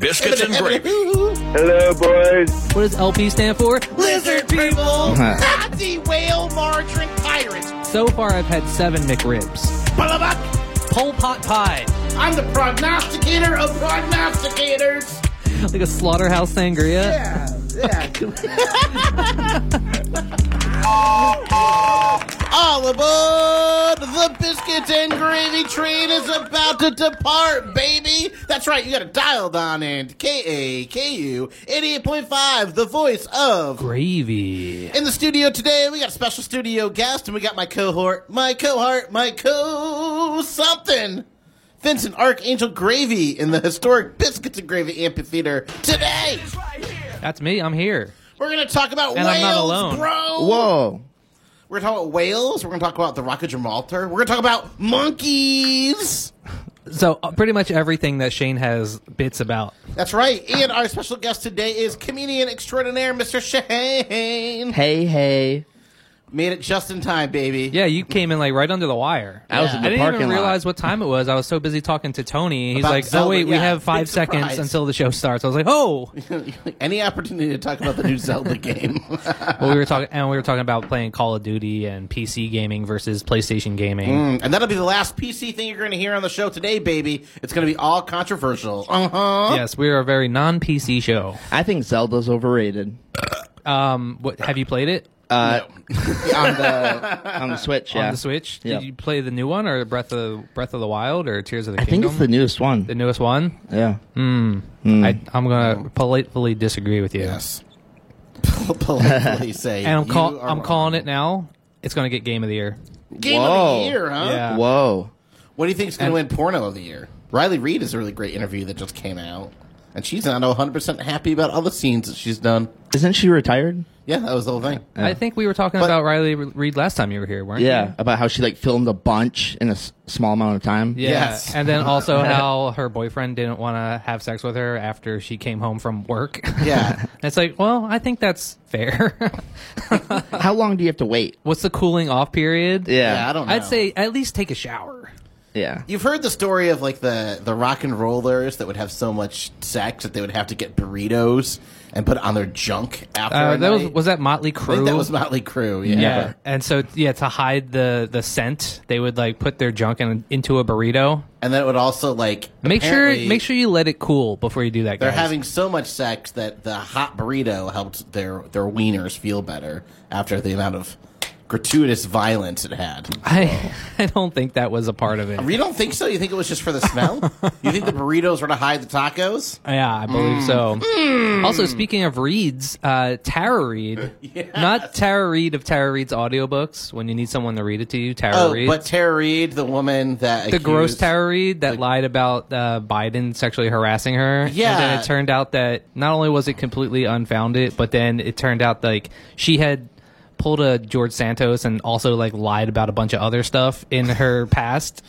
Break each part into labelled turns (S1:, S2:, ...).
S1: biscuits and gravy.
S2: Hello, boys.
S3: What does LP stand for? Lizard people.
S4: Nazi whale margarine pirates.
S3: so far, I've had seven McRibs.
S4: Bullabuck.
S3: Pol Pot pie,
S4: I'm the prognosticator of prognosticators.
S3: like a slaughterhouse sangria.
S4: Yeah, yeah. All aboard! The biscuits and gravy train is about to depart, baby! That's right, you got it dialed on and KAKU 88.5, the voice of.
S3: Gravy.
S4: In the studio today, we got a special studio guest, and we got my cohort, my cohort, my co something, Vincent Archangel Gravy in the historic Biscuits and Gravy Amphitheater today.
S3: That's me. I'm here.
S4: We're gonna talk about
S3: And
S4: whales,
S3: I'm not alone.
S4: bro.
S2: Whoa.
S4: We're gonna talk about whales. We're gonna talk about the Rock of Gibraltar. We're gonna talk about monkeys.
S3: So uh, pretty much everything that Shane has bits about.
S4: That's right. And our special guest today is comedian extraordinaire, Mr. Shane.
S5: Hey, hey.
S4: Made it just in time, baby.
S3: Yeah, you came in like right under the wire.
S5: I was in the
S3: I didn't
S5: parking
S3: even
S5: lot.
S3: realize what time it was. I was so busy talking to Tony. He's
S4: About
S3: like,
S4: Zelda,
S3: "Oh wait, we
S4: yeah.
S3: have
S4: Big
S3: five
S4: surprise.
S3: seconds until the show starts." I was like, "Oh!"
S4: Any opportunity to talk about the new Zelda game?
S3: well, we were talking, and we were talking about playing Call of Duty and PC gaming versus PlayStation gaming.
S5: Mm.
S4: And that'll be the last PC thing you're going to hear on the show today, baby. It's going to be all controversial. Uh huh.
S3: Yes, we are a very non-PC show.
S5: I think Zelda's overrated.
S3: Um, what have you played it
S5: Uh, on the on the Switch, yeah.
S3: on the Switch?
S5: Yeah.
S3: Did you play the new one or Breath of Breath of the Wild or Tears of the
S5: I think
S3: Kingdom?
S5: it's the newest one.
S3: the newest one.
S5: yeah.
S4: Mm.
S3: I, I'm gonna politely disagree with you,
S4: Yes. Politely say.
S3: and I'm
S4: you
S3: call,
S4: are
S3: I'm
S4: wrong.
S3: calling it now. It's gonna get Game of the Year.
S4: Game of
S5: Whoa.
S4: the year, huh?
S3: Yeah.
S5: Whoa.
S4: What do you think is going to win Porno of the Year? Riley Reed is a really great interview that just came out, and she's not 100 percent happy about all the scenes that she's done.
S5: Isn't she retired?
S4: Yeah, that was the whole thing.
S3: I think we were talking
S4: But-
S3: about Riley Reed last time you were here, weren't
S5: Yeah. About how she like filmed a bunch in a s- small amount of time.
S3: you? Yeah.
S4: Yes.
S3: And then also how her boyfriend didn't want to have sex with her after she came home from work.
S4: Yeah.
S3: it's like, well, I think that's fair.
S5: How long do you have to wait?
S3: What's the cooling off period?
S5: Yeah.
S4: Yeah, I don't know.
S3: I'd say at least take a shower.
S5: Yeah.
S4: You've heard the story of like the the rock and rollers that would have so much sex that they would have to get burritos and put it on their junk after.
S3: Uh,
S4: a
S3: that was
S4: night?
S3: was that
S4: I
S3: Motley Crue?
S4: think that was Motley Crue. Yeah.
S3: yeah. And so yeah, to hide the the scent, they would like put their junk in, into a burrito.
S4: and then it would also like
S3: Make sure
S4: apparently
S3: make sure you let it cool before you do that.
S4: they're
S3: guys.
S4: having so much sex that the hot burrito helped their their wieners feel better after the amount of gratuitous violence it had.
S3: I, I don't think that was a part of it.
S4: You don't think so? You think it was just for the smell? you think the burritos were to hide the tacos?
S3: Yeah, I believe
S4: Mm.
S3: so. Also, speaking of reads, uh, Tara Reid, not Tara Reid of Tara Reid's audiobooks, when you need someone to read it to you, Tara
S4: Oh,
S3: Reid.
S4: but Tara Reid, the woman that
S3: the gross
S4: accused-
S3: Tara Reid that lied about uh, Biden sexually harassing her.
S4: Yeah.
S3: And then it turned out that not only was it completely unfounded, but then it turned out like she had pulled a George Santos and also like lied about a bunch of other stuff in her past.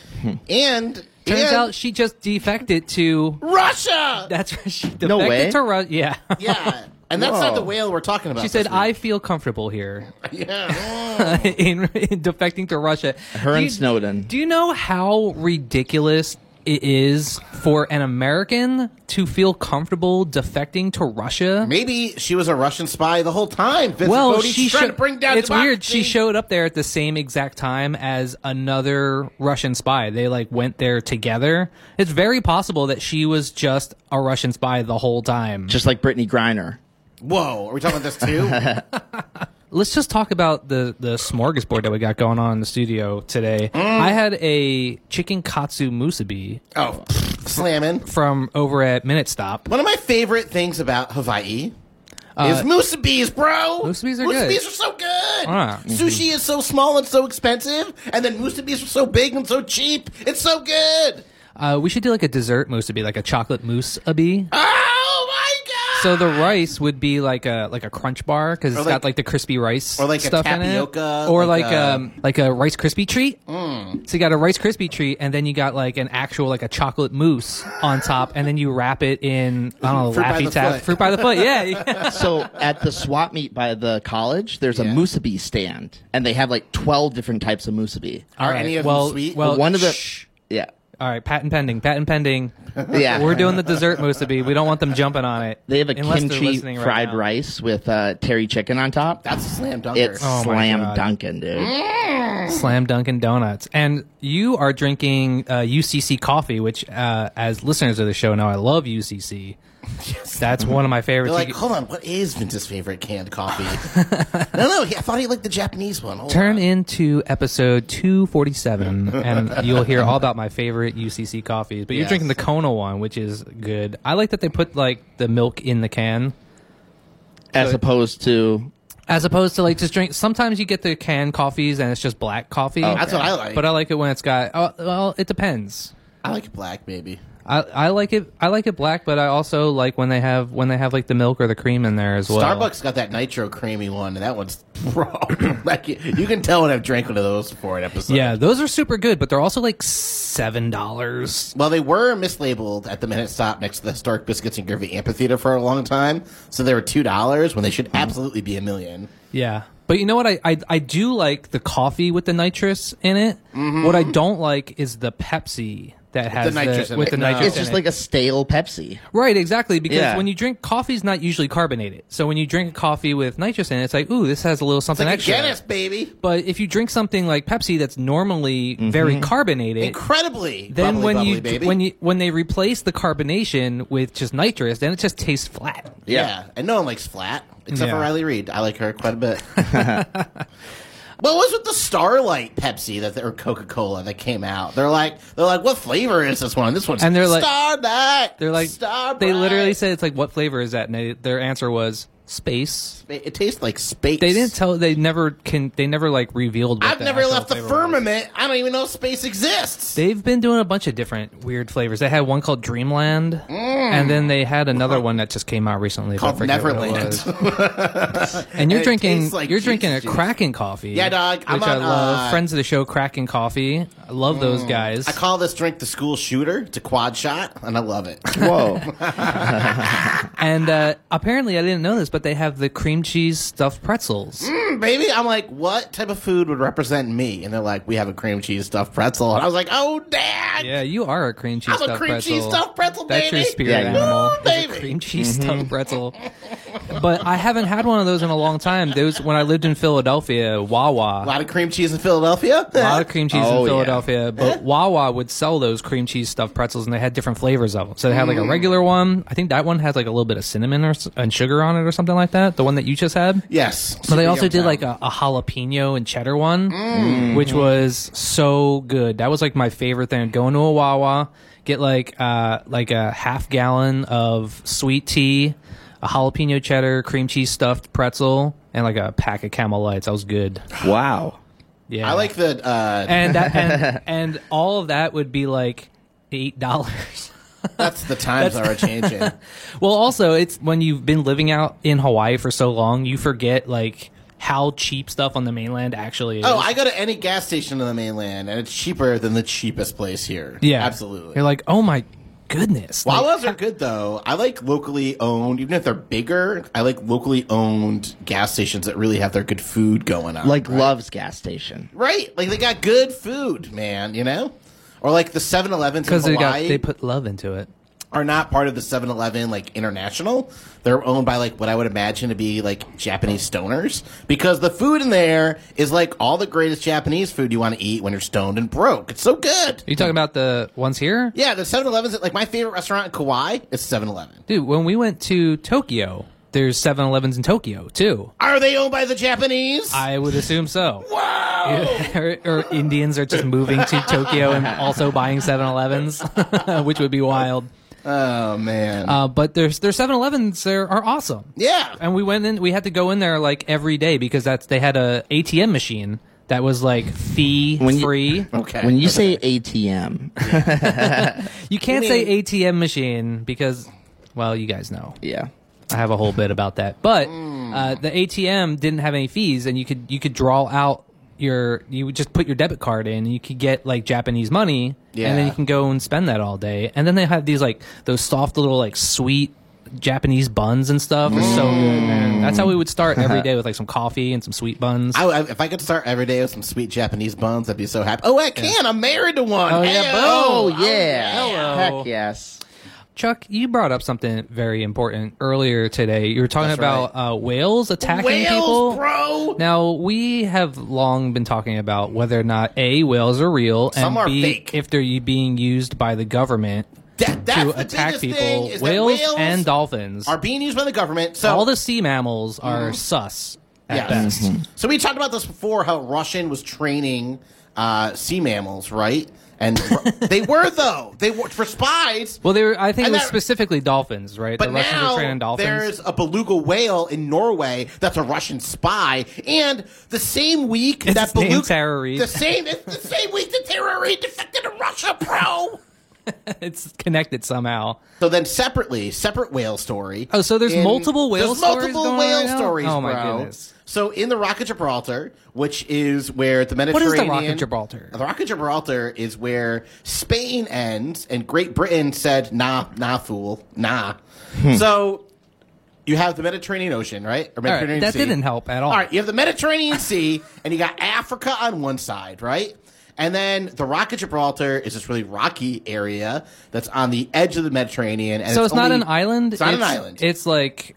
S4: and
S3: Turns
S4: and
S3: out she just defected to.
S4: Russia.
S3: That's right. She defected
S5: way.
S3: to Ru- Yeah.
S4: yeah, and that's not
S5: Whoa.
S4: the whale we're talking about.
S3: She said,
S4: this
S3: "I
S4: week."
S3: feel comfortable here
S4: Yeah.
S3: in, in defecting to Russia."
S5: Her
S3: do
S5: and
S3: you,
S5: Snowden.
S3: Do you know how ridiculous it is for an American to feel comfortable defecting to Russia?
S4: Maybe she was a Russian spy the whole time. Vincent
S3: Well,
S4: Bode's
S3: she
S4: trying
S3: sho-
S4: to bring down.
S3: It's weird. She
S4: democracy.
S3: showed up there at the same exact time as another Russian spy. They like went there together. It's very possible that she was just a Russian spy the whole time.
S5: Just like Brittany Griner.
S4: Whoa, are we talking about this too?
S3: let's just talk about the the smorgasbord that we got going on in the studio today.
S4: Mm.
S3: I had a chicken katsu musubi
S4: oh, slamming.
S3: from over at Minute Stop.
S4: One of my favorite things about Hawaii is musubis, bro.
S3: musubis Uh, are
S4: musubis
S3: good.
S4: are so good.
S3: Ah.
S4: Sushi is so small and so expensive, and then musubis are so big and so cheap. It's so good.
S3: Uh, we should do like a dessert musubi, like a chocolate musubi.
S4: Oh my god!
S3: So the rice would be like a like a crunch bar because it's
S4: like-
S3: got like the crispy rice
S4: or like a
S3: stuff in
S4: tapioca,
S3: it, or
S4: like
S3: like,
S4: a- Mm.
S3: um like a rice crispy treat. So you got a rice crispy treat, and then you got like an actual like a chocolate mousse on top, and then you wrap it in I don't know
S4: Fruit by the
S3: laffy taffy
S4: foot.
S3: fruit by the foot. Yeah, yeah.
S5: So at the swap meet by the college, there's a musubi stand, and they have like 12 different types of musubi.
S4: are
S3: All right,
S4: any of
S3: well,
S4: them sweet?
S3: Well,
S5: One of the
S3: shh.
S5: yeah.
S3: All right, patent pending, patent pending.
S5: Yeah.
S3: We're doing the dessert musubi. We don't want them jumping on it.
S5: They have a
S3: Unless they're
S5: kimchi
S3: listening right
S5: fried
S3: now.
S5: rice with uh, terry chicken on top.
S4: That's a slam dunker.
S5: It's
S3: Oh my
S5: slam
S3: God. Mm.
S5: dunking, dude.
S3: Slam Dunkin' Donuts. And you are drinking uh, UCC coffee, which, uh, as listeners of the show know, I love UCC. That's one of my favorites.
S4: They're like,
S3: You can-
S4: hold on, what is Vince's favorite canned coffee? no, no, he, I thought he liked the Japanese one. Oh, Hold
S3: Turn
S4: on.
S3: into episode 247, and you'll hear all about my favorite UCC coffees. But you're
S4: Yes.
S3: drinking the Kona one, which is good. I like that they put like the milk in the can,
S5: As
S3: So-
S5: opposed to
S3: as opposed to like just drink. Sometimes you get the canned coffees and it's just black coffee.
S4: Oh, That's what I like.
S3: But uh, I like it when it's got. Oh, well, it depends.
S4: I like black, maybe.
S3: I, I like it. I like it black, but I also like when they have when they have like the milk or the cream in there as well.
S4: Starbucks got that nitro creamy one, and that one's like you you can tell when I've drank one of those for an episode.
S3: Yeah, those are super good, but they're also like seven dollars.
S4: Well, they were mislabeled at the minute stop next to the Stark Biscuits and Gravy Amphitheater for a long time, so they were two dollars when they
S3: Hmm.
S4: should absolutely be a million.
S3: Yeah, but you know what? I, I I do like the coffee with the nitrous in it.
S4: Mm-hmm.
S3: What I don't like is the Pepsi that has
S4: nitrous in
S3: with
S4: it.
S3: the
S4: No.
S3: nitrous.
S5: it's
S3: in
S5: just
S3: it.
S5: like a stale Pepsi.
S3: Right, exactly. Because
S5: Yeah.
S3: when you drink coffee's not usually carbonated. So when you drink a coffee with nitrous in it, it's like, ooh, this has a little something
S4: Like a
S3: extra.
S4: Guinness, baby,
S3: But if you drink something like Pepsi that's normally very carbonated,
S4: incredibly.
S3: then
S4: bubbly,
S3: when
S4: bubbly,
S3: you
S4: baby.
S3: when you when they replace the carbonation with just nitrous, then it just tastes flat.
S4: yeah. and no one likes flat except for
S3: Yeah.
S4: Riley Reed. I like her quite a bit. What was with the Starlight Pepsi that or Coca Cola that came out? They're like, they're like, what flavor is this one? This one's
S3: And they're like-
S4: Starlight.
S3: They're like
S4: Starlight.
S3: they literally said it's like what flavor is that? And they, their answer was space.
S4: It it tastes like space.
S3: They didn't tell. They never can. They never like revealed. What
S4: I've
S3: the
S4: never
S3: actual
S4: left the
S3: flavor was.
S4: firmament. I don't even know if space exists.
S3: They've been doing a bunch of different weird flavors. They had one called Dreamland, and then they had another one that just came out recently but
S4: Mm.
S3: I
S4: Called
S3: forget what it
S4: Neverland.
S3: was. And you're
S4: And it
S3: drinking
S4: tastes like
S3: you're drinking a
S4: Jesus juice.
S3: Kraken coffee.
S4: Yeah, dog, I'm
S3: which I
S4: on,
S3: love.
S4: uh, Mm.
S3: Friends of the show, Kraken coffee. I love those guys.
S4: I call this drink the school shooter. It's a quad shot, and I love it.
S5: Whoa.
S3: and uh, apparently, I didn't know this, but they have the cream cheese stuffed pretzels.
S4: Mm, Baby, I'm like, what type of food would represent me? And they're like, we have a cream cheese stuffed pretzel. And I was like, oh, dad.
S3: Yeah, you are a cream cheese
S4: I'm a
S3: stuffed
S4: cream
S3: pretzel.
S4: cheese stuffed pretzel,
S3: That's
S4: baby.
S3: your spirit
S5: Yeah, yeah.
S3: animal.
S4: Ooh,
S3: is a
S4: baby. Mm-hmm.
S3: cream cheese stuffed pretzel. But I haven't had one of those in a long time. Those when I lived in Philadelphia,
S4: A
S3: Wawa.
S4: lot of cream cheese in Philadelphia.
S3: A lot of cream cheese
S5: Oh,
S3: in
S5: yeah.
S3: Philadelphia, but Wawa would sell those cream cheese stuffed pretzels, and they had different flavors of them. So they had like
S4: Mm.
S3: a regular one. I think that one has like a little bit of cinnamon or s- and sugar on it, or something like that. The one that you just had.
S4: yes.
S3: But they also did like a, a jalapeno and cheddar one,
S4: Mm.
S3: which was so good. That was like my favorite thing. Going to a Wawa, get like uh, like a half gallon of sweet tea, a jalapeno cheddar, cream cheese stuffed pretzel, and like a pack of Camel Lights. That was good.
S5: wow.
S3: Yeah,
S4: I like the. Uh,
S3: and that, and and all of that would be like eight dollars.
S4: that's the times are changing.
S3: Well, also, it's when you've been living out in Hawaii for so long, you forget like how cheap stuff on the mainland actually is.
S4: oh, I go to any gas station on the mainland, and it's cheaper than the cheapest place here.
S3: Yeah,
S4: absolutely.
S3: You're like, oh my goodness. Like,
S4: Wawas are good though. I like locally owned, even if they're bigger. I like locally owned gas stations that really have their good food going on.
S5: Like Love's gas station.
S4: right, like they got good food, man. You know, or like the 7-Elevens in
S3: because they got
S4: Hawaii
S3: they put love into it.
S4: are not part of the 7-Eleven like international. They're owned by like what I would imagine to be like Japanese stoners because the food in there is like all the greatest Japanese food you want to eat when you're stoned and broke. It's so good.
S3: Are you talking about the ones here?
S4: Yeah, the 7-Elevens like my favorite restaurant in Kauai is 7-Eleven.
S3: Dude, when we went to Tokyo, there's 7-Elevens in Tokyo too.
S4: Are they owned by the Japanese?
S3: I would assume so.
S4: Wow.
S3: or, or Indians are just moving to Tokyo and also buying 7-Elevens, which would be wild.
S4: Oh man.
S3: Uh, but there's their 7-Elevens there are awesome.
S4: yeah.
S3: And we went in. We had to go in there like every day because that's they had a ATM machine that was like fee
S5: When you-
S3: free.
S4: Okay.
S5: When you say ATM,
S3: You can't
S4: You
S3: say ATM machine because, well, you guys know.
S5: yeah.
S3: I have a whole bit about that, but
S4: Mm.
S3: uh, the ATM didn't have any fees, and you could you could draw out your you would just put your debit card in, and you could get like Japanese money, and
S4: Yeah.
S3: then you can go and spend that all day. And then they have these like those soft little like sweet Japanese buns and stuff are so good,
S4: Mm.
S3: man. That's how we would start every day with like some coffee and some sweet buns.
S4: I, I, if I could start every day with some sweet Japanese buns, I'd be so happy. Oh, I can. I'm married to one.
S3: Oh, yeah,
S4: Ayo.
S5: Oh,
S4: um,
S3: boom.
S5: yeah.
S3: hello.
S5: Heck yes.
S3: Chuck, you brought up something very important earlier today. You were talking about uh, whales attacking
S4: Whales,
S3: people.
S4: bro.
S3: Now we have long been talking about whether or not a whales are real
S4: Some
S3: and
S4: are
S3: b
S4: fake.
S3: if they're u- being used by the government
S4: That, that's
S3: to
S4: the
S3: attack
S4: biggest thing
S3: people.
S4: is that
S3: Whales,
S4: whales
S3: and dolphins
S4: are Mm-hmm. being used by the government. So
S3: all the sea mammals are sus at
S4: Yes.
S3: best.
S4: So we talked about this before how Russian was training uh, sea mammals, right? And they were though they were for spies.
S3: Well, they were, I think
S4: And
S3: it was
S4: that-
S3: specifically dolphins, right?
S4: But
S3: the Russians were training
S4: now
S3: dolphins.
S4: there's a beluga whale in Norway that's a Russian spy, and the same week
S3: Is
S4: that
S3: his name
S4: beluga
S3: Tara Reid?
S4: the same it's the same week that Tara Reid defected to Russia, bro.
S3: it's connected somehow.
S4: So then separately, separate whale story.
S3: Oh, so there's multiple whale
S4: there's
S3: stories
S4: multiple
S3: going on
S4: whale
S3: right now?
S4: stories,
S3: Oh, my
S4: bro.
S3: goodness.
S4: So in the Rock of Gibraltar, which is where the
S3: Rock of
S4: Mediterranean,
S3: Gibraltar?
S4: The Rock of Gibraltar is where Spain ends, and Great Britain said, "Nah, nah, fool, nah." so you have the Mediterranean Ocean, right? Or
S3: Hmm. All right,
S4: Mediterranean
S3: that
S4: Sea.
S3: didn't help at all.
S4: All right, you have the Mediterranean Sea, and you got Africa on one side, right? And then the Rock of Gibraltar is this really rocky area that's on the edge of the Mediterranean. And
S3: so it's, not
S4: only-
S3: an island.
S4: It's not an island.
S3: It's like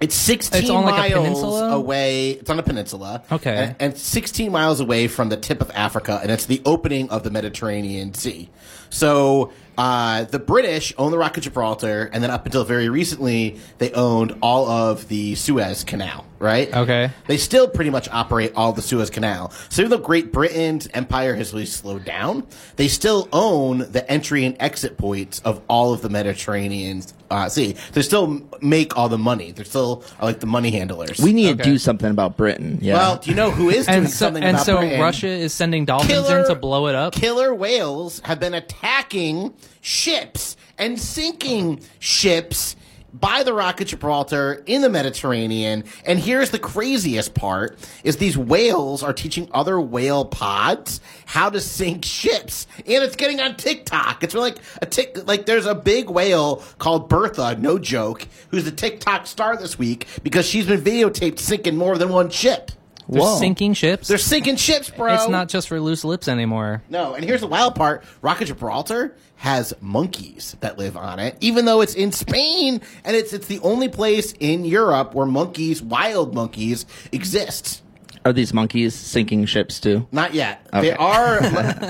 S4: It's 16
S3: It's on, like,
S4: miles
S3: a peninsula?
S4: away. It's on a peninsula.
S3: Okay.
S4: And, and 16 miles away from the tip of Africa, and it's the opening of the Mediterranean Sea. So uh, the British owned the Rock of Gibraltar, and then up until very recently, they owned all of the Suez Canal, right?
S3: Okay.
S4: They still pretty much operate all the Suez Canal. So even though Great Britain's empire has really slowed down, they still own the entry and exit points of all of the Mediterranean uh, Sea. They still m- make all the money. They're still uh, like the money handlers.
S5: We need to
S3: Okay.
S5: do something about Britain. Yeah.
S4: well, do you know who is doing
S3: and so,
S4: something
S3: and
S4: about
S3: so
S4: Britain?
S3: Russia is sending dolphins in to blow it up.
S4: Killer whales have been attacking ships and sinking ships by the Rock of Gibraltar in the Mediterranean. And here's the craziest part is these whales are teaching other whale pods how to sink ships. And it's getting on TikTok. It's like a tick like there's a big whale called Bertha, no joke, who's a TikTok star this week because she's been videotaped sinking more than one ship.
S3: They're
S5: Whoa.
S3: sinking ships.
S4: They're sinking ships, bro.
S3: it's not just for loose lips anymore.
S4: No, and here's the wild part: Rock of Gibraltar has monkeys that live on it, even though it's in Spain, and it's it's the only place in Europe where monkeys, wild monkeys, exist.
S5: Are these monkeys sinking ships too?
S4: Not yet. They
S5: Okay.
S4: are,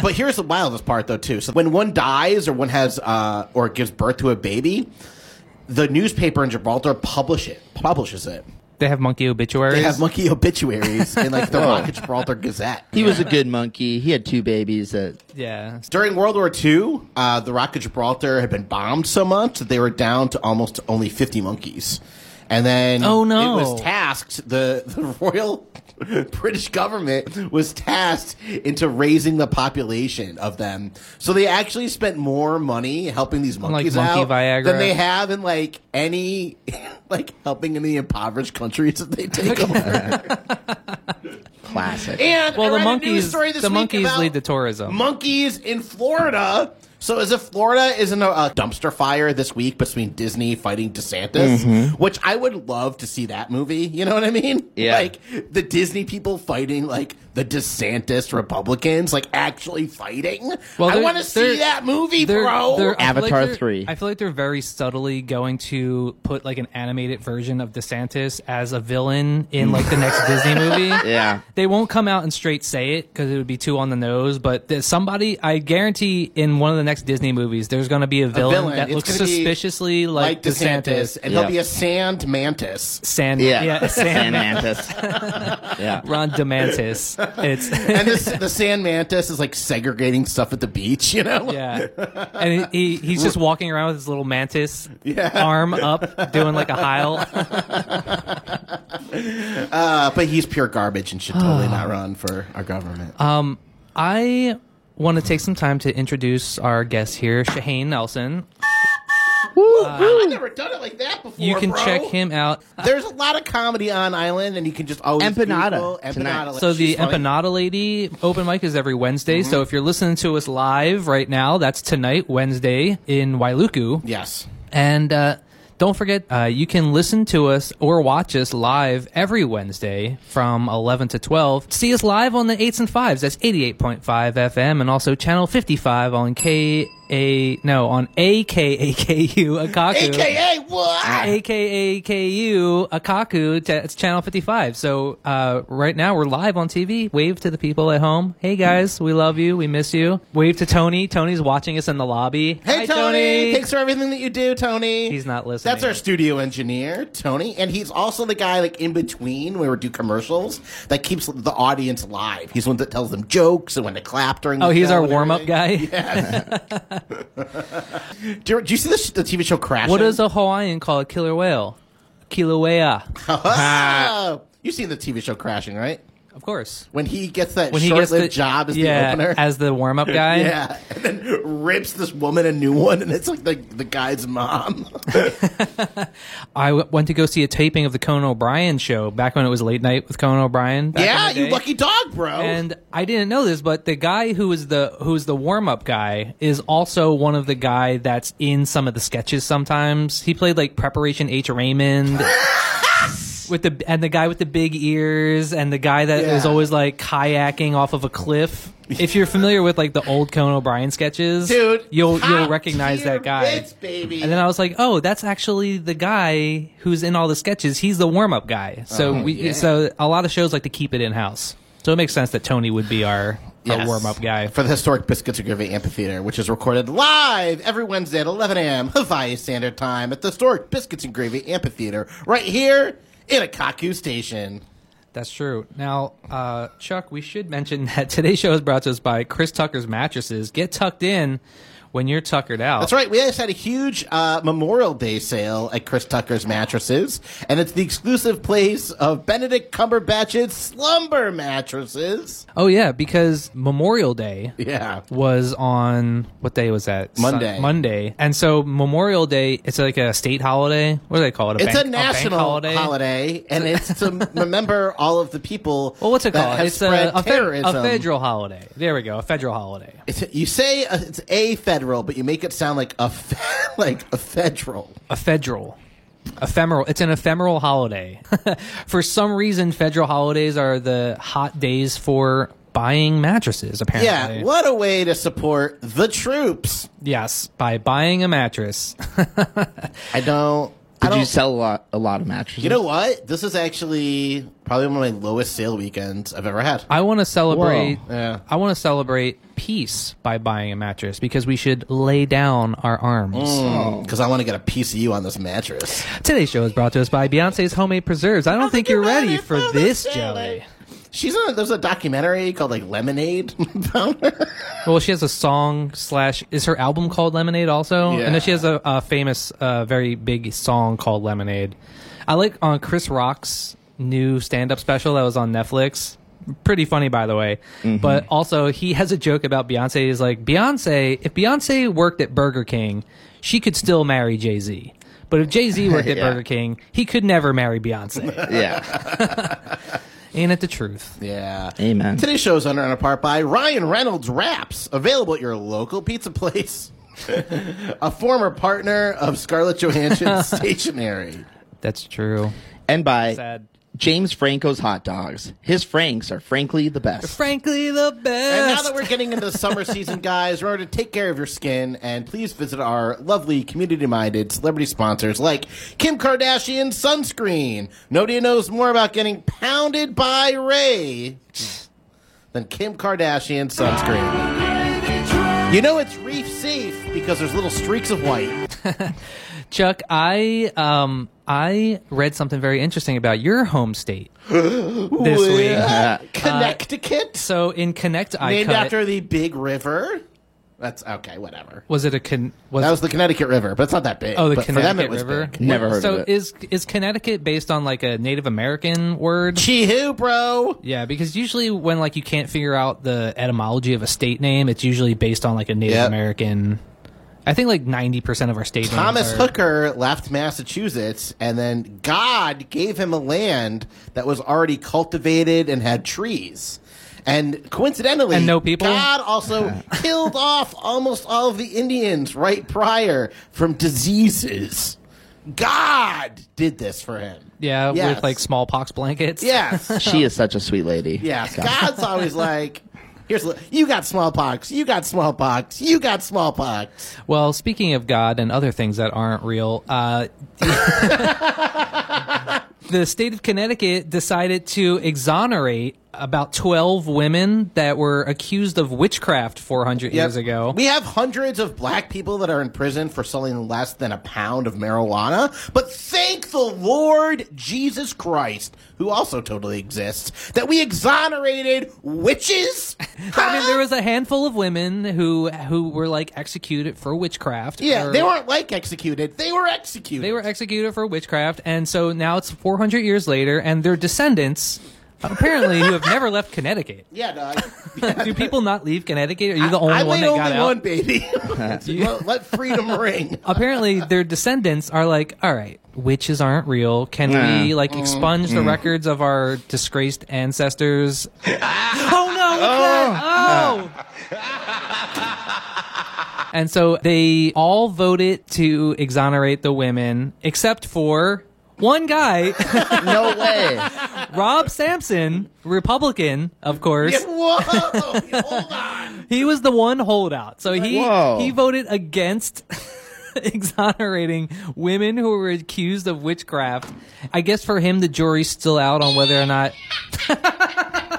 S4: but here's the wildest part, though, too. So when one dies or one has uh, or gives birth to a baby, the newspaper in Gibraltar publish it, publishes it.
S3: They have monkey obituaries.
S4: They have monkey obituaries in like the Rock of Gibraltar Gazette.
S5: He was a good monkey. He had two babies that
S3: yeah.
S4: During World War II, uh, the Rock of Gibraltar had been bombed so much that they were down to almost only 50 monkeys. And then
S3: Oh, no.
S4: it was tasked, the, the royal British government was tasked into raising the population of them. So they actually spent more money helping these monkeys
S3: monkey
S4: out
S3: Viagra.
S4: than they have in like any, like helping in the impoverished countries that they take over.
S5: classic.
S4: And
S3: Well,
S4: I read a news
S3: the monkeys-
S4: story this
S3: the
S4: week
S3: monkeys
S4: about
S3: lead to tourism.
S4: Monkeys in Florida. So as if Florida isn't a, a dumpster fire this week between Disney fighting DeSantis,
S3: Mm-hmm.
S4: which I would love to see that movie. You know what I mean?
S5: Yeah.
S4: Like the Disney people fighting like the DeSantis Republicans, like actually fighting.
S3: Well,
S4: I
S3: they're-
S4: want to see
S3: they're-
S4: that movie,
S3: they're-
S4: bro.
S3: they're- I feel
S5: Avatar
S3: like they're-
S5: 3.
S3: I feel like they're very subtly going to put like an animated version of DeSantis as a villain in like the next Disney movie.
S5: Yeah.
S3: They won't come out and straight say it because it would be too on the nose. But there's somebody, I guarantee, in one of the next Disney movies, there's going to be a villain,
S4: villain.
S3: that
S4: It's
S3: looks
S4: gonna be
S3: suspiciously
S4: like
S3: like,
S4: DeSantis, and
S5: Yeah.
S4: he'll be a sand mantis.
S3: Sand,
S5: Yeah.
S3: yeah, Sand,
S5: mantis. yeah.
S3: Ron DeMantis. It's
S4: And this, the sand mantis is like segregating stuff at the beach, you know?
S3: Yeah, and he, he he's just walking around with his little mantis
S4: Yeah.
S3: arm up, doing like a heil.
S4: Uh, but he's pure garbage and should totally not run for our government.
S3: I want to take some time to introduce our guest here, Shahane Nelson.
S4: I've never done it like that before.
S3: You can
S4: bro.
S3: check him out.
S4: There's a lot of comedy on Island, and you can just always
S5: Empanada
S4: Google
S5: tonight.
S4: Like,
S3: So the
S4: she's Mm-hmm. funny.
S3: Empanada Lady open mic is every Wednesday. So if you're listening to us live right now, that's tonight, Wednesday in Wailuku.
S4: Yes.
S3: And uh, Don't forget, uh, you can listen to us or watch us live every Wednesday from 11 to 12. See us live on the 8s and 5s. That's 88.5 FM and also channel 55 on K A no, on AKAKU Akaku.
S4: AKA what?
S3: AKAKU Akaku. t- It's channel 55. So uh, right now we're live on TV. Wave to the people at home. Hey guys, we love you. We miss you. Wave to Tony. Tony's watching us in the lobby.
S4: Hey,
S3: Hi,
S4: Tony. Thanks for everything that you do, Tony.
S3: He's not listening.
S4: That's our studio engineer, Tony, and he's also the guy like in between where we do commercials that keeps the audience live. He's the one that tells them jokes and when to clap during.
S3: Oh,
S4: the
S3: he's
S4: show
S3: our
S4: and
S3: warm up
S4: everything.
S3: guy.
S4: Do you, do you see the, sh- the TV show Uh, Crash?
S3: What does a Hawaiian call a killer whale? Kilauea.
S4: You've seen the TV show Crashing, right?
S3: Of course.
S4: When he gets that
S3: When he gets
S4: short-lived
S3: the
S4: job as
S3: yeah,
S4: the opener,
S3: as the warm up guy.
S4: yeah, and then rips this woman a new one, and it's like the the guy's mom.
S3: I w- went to go see a taping of the Conan O'Brien show back when it was late night with Conan O'Brien. back
S4: yeah,
S3: in the
S4: you
S3: day.
S4: lucky dog, bro.
S3: And I didn't know this, but the guy who is the who's the warm up guy is also one of the guy that's in some of the sketches. Sometimes he played like Preparation H Raymond. With the and the guy with the big ears and the guy that is
S4: Yeah.
S3: always like kayaking off of a cliff. If you're familiar with like the old Conan O'Brien sketches,
S4: Dude,
S3: you'll you'll
S4: top
S3: recognize
S4: tier
S3: that guy.
S4: bits, baby.
S3: And then I was like, oh, that's actually the guy who's in all the sketches. He's the warm up guy. So
S4: Oh,
S3: we so a lot of shows like to keep it in house. So it makes sense that Tony would be our, our
S4: Yes.
S3: warm up guy.
S4: for the historic Biscuits of Gravy Amphitheater, which is recorded live every Wednesday at 11 a.m. Hawaii Standard Time at the historic Biscuits and Gravy Amphitheater, right here in Akaku Station.
S3: That's true. Now, uh, Chuck, we should mention that today's show is brought to us by Chris Tucker's mattresses. Get tucked in when you're tuckered out.
S4: That's right. We just had a huge uh, Memorial Day sale at Chris Tucker's Mattresses, and it's the exclusive place of Benedict Cumberbatch's slumber mattresses.
S3: Oh yeah, because Memorial Day
S4: Yeah.
S3: was on what day was that? Sun-
S4: Monday.
S3: Monday. And so Memorial Day, it's like a state holiday. What do they call it?
S4: It's
S3: bank-
S4: a
S3: bank
S4: national holiday. and it's to m- remember all of the people.
S3: Well, what's it
S4: that
S3: called?
S4: have
S3: It's
S4: spread
S3: a, a, fe-
S4: terrorism.
S3: a federal holiday. There we go. A federal holiday.
S4: It's, you say uh, it's a federal, but you make it sound like a fe- like a federal.
S3: A federal. Ephemeral. It's an ephemeral holiday. for some reason, federal holidays are the hot days for buying mattresses, apparently.
S4: Yeah, what a way to support the troops.
S3: Yes, by buying a mattress.
S4: I don't. I
S5: Did
S4: don't.
S5: you sell a lot, a lot of mattresses?
S4: you know what? This is actually probably one of my lowest sale weekends I've ever had.
S3: I want to celebrate.
S5: Whoa.
S4: Yeah.
S3: I want to celebrate peace by buying a mattress because we should lay down our arms.
S4: Because I want to get a piece of you on this mattress.
S3: Today's show is brought to us by Beyonce's homemade preserves. I don't think you're ready for this jelly.
S4: She's on. There's a documentary called like Lemonade about her.
S3: Well, she has a song slash. Is her album called Lemonade also?
S4: Yeah.
S3: And then she has a, a famous, uh, very big song called Lemonade. I like on Chris Rock's new stand-up special that was on Netflix. Pretty funny, by the way. But also, he has a joke about Beyonce. He's like, Beyonce, if Beyonce worked at Burger King, she could still marry Jay Z. But if Jay Z worked at
S5: Yeah.
S3: Burger King, he could never marry Beyonce.
S5: Yeah.
S3: Ain't it the truth?
S4: Yeah.
S5: Amen.
S4: Today's show is under and apart by Ryan Reynolds Wraps, available at your local pizza place. a former partner of Scarlett Johansson's stationery.
S3: That's true.
S5: And by
S3: Sad.
S5: James Franco's hot dogs. His Franks are frankly the best.
S3: Frankly, the best.
S4: And now that we're getting into the summer season, guys, remember to take care of your skin and please visit our lovely community minded celebrity sponsors like Kim Kardashian Sunscreen. Nobody knows more about getting pounded by Ray than Kim Kardashian Sunscreen. You know it's reef safe because there's little streaks of white.
S3: Chuck, I um I read something very interesting about your home state this week.
S4: Uh, Connecticut,
S3: So in Connect, I
S4: named
S3: cut-
S4: after the Big River. That's okay, whatever.
S3: was it a con? Was,
S4: That was the Connecticut River, but it's not that big.
S3: oh the
S4: but
S3: Connecticut
S4: for them it was
S3: River?
S4: Big.
S5: Never heard
S3: so
S5: of it.
S3: is is Connecticut based on like a Native American word?
S4: Chee-hoo, bro.
S3: Yeah, because usually when like you can't figure out the etymology of a state name, it's usually based on like a Native
S4: Yep.
S3: American. I think like ninety percent of our state names
S4: Thomas
S3: are-
S4: Hooker left Massachusetts, and then God gave him a land that was already cultivated and had trees. And coincidentally,
S3: And no people?
S4: God also killed off almost all of the Indians right prior from diseases. God did this for him.
S3: Yeah,
S4: Yes.
S3: with like smallpox blankets.
S4: Yes.
S5: She is such a sweet lady.
S4: Yes.
S5: God.
S4: God's always like, here's, li- you got smallpox. You got smallpox. You got smallpox.
S3: Well, speaking of God and other things that aren't real, uh, the state of Connecticut decided to exonerate about 12 women that were accused of witchcraft 400 years
S4: Yep.
S3: ago.
S4: We have hundreds of black people that are in prison for selling less than a pound of marijuana. But thank the Lord Jesus Christ, who also totally exists, that we exonerated witches.
S3: I mean, there was a handful of women who who were like executed for witchcraft.
S4: yeah,
S3: or-
S4: they weren't like executed. They were executed.
S3: They were executed for witchcraft, and so now it's 400 years later, and their descendants, apparently, who have never left Connecticut.
S4: Yeah, dog.
S3: Do people not leave Connecticut? Are you the only
S4: I'm
S3: one
S4: the
S3: that
S4: only
S3: got out?
S4: one, baby. let, let freedom ring.
S3: apparently their descendants are like, all right, witches aren't real. Can we like expunge the records of our disgraced ancestors? oh no! What's that? Oh. and so they all voted to exonerate the women, except for one guy,
S5: No way.
S3: Rob Sampson, Republican, of course.
S4: Whoa! Hold on.
S3: He was the one holdout. So he
S5: Whoa.
S3: he voted against exonerating women who were accused of witchcraft. I guess for him the jury's still out on whether or not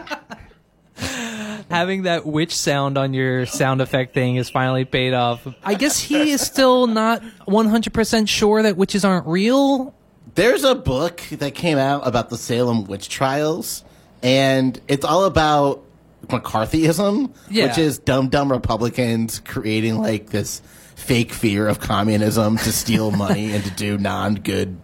S3: having that witch sound on your sound effect thing is finally paid off. I guess he is still not 100% sure that witches aren't real.
S4: There's a book that came out about the Salem witch trials, and it's all about McCarthyism,
S3: Yeah.
S4: which is dumb dumb Republicans creating like this fake fear of communism to steal money and to do non good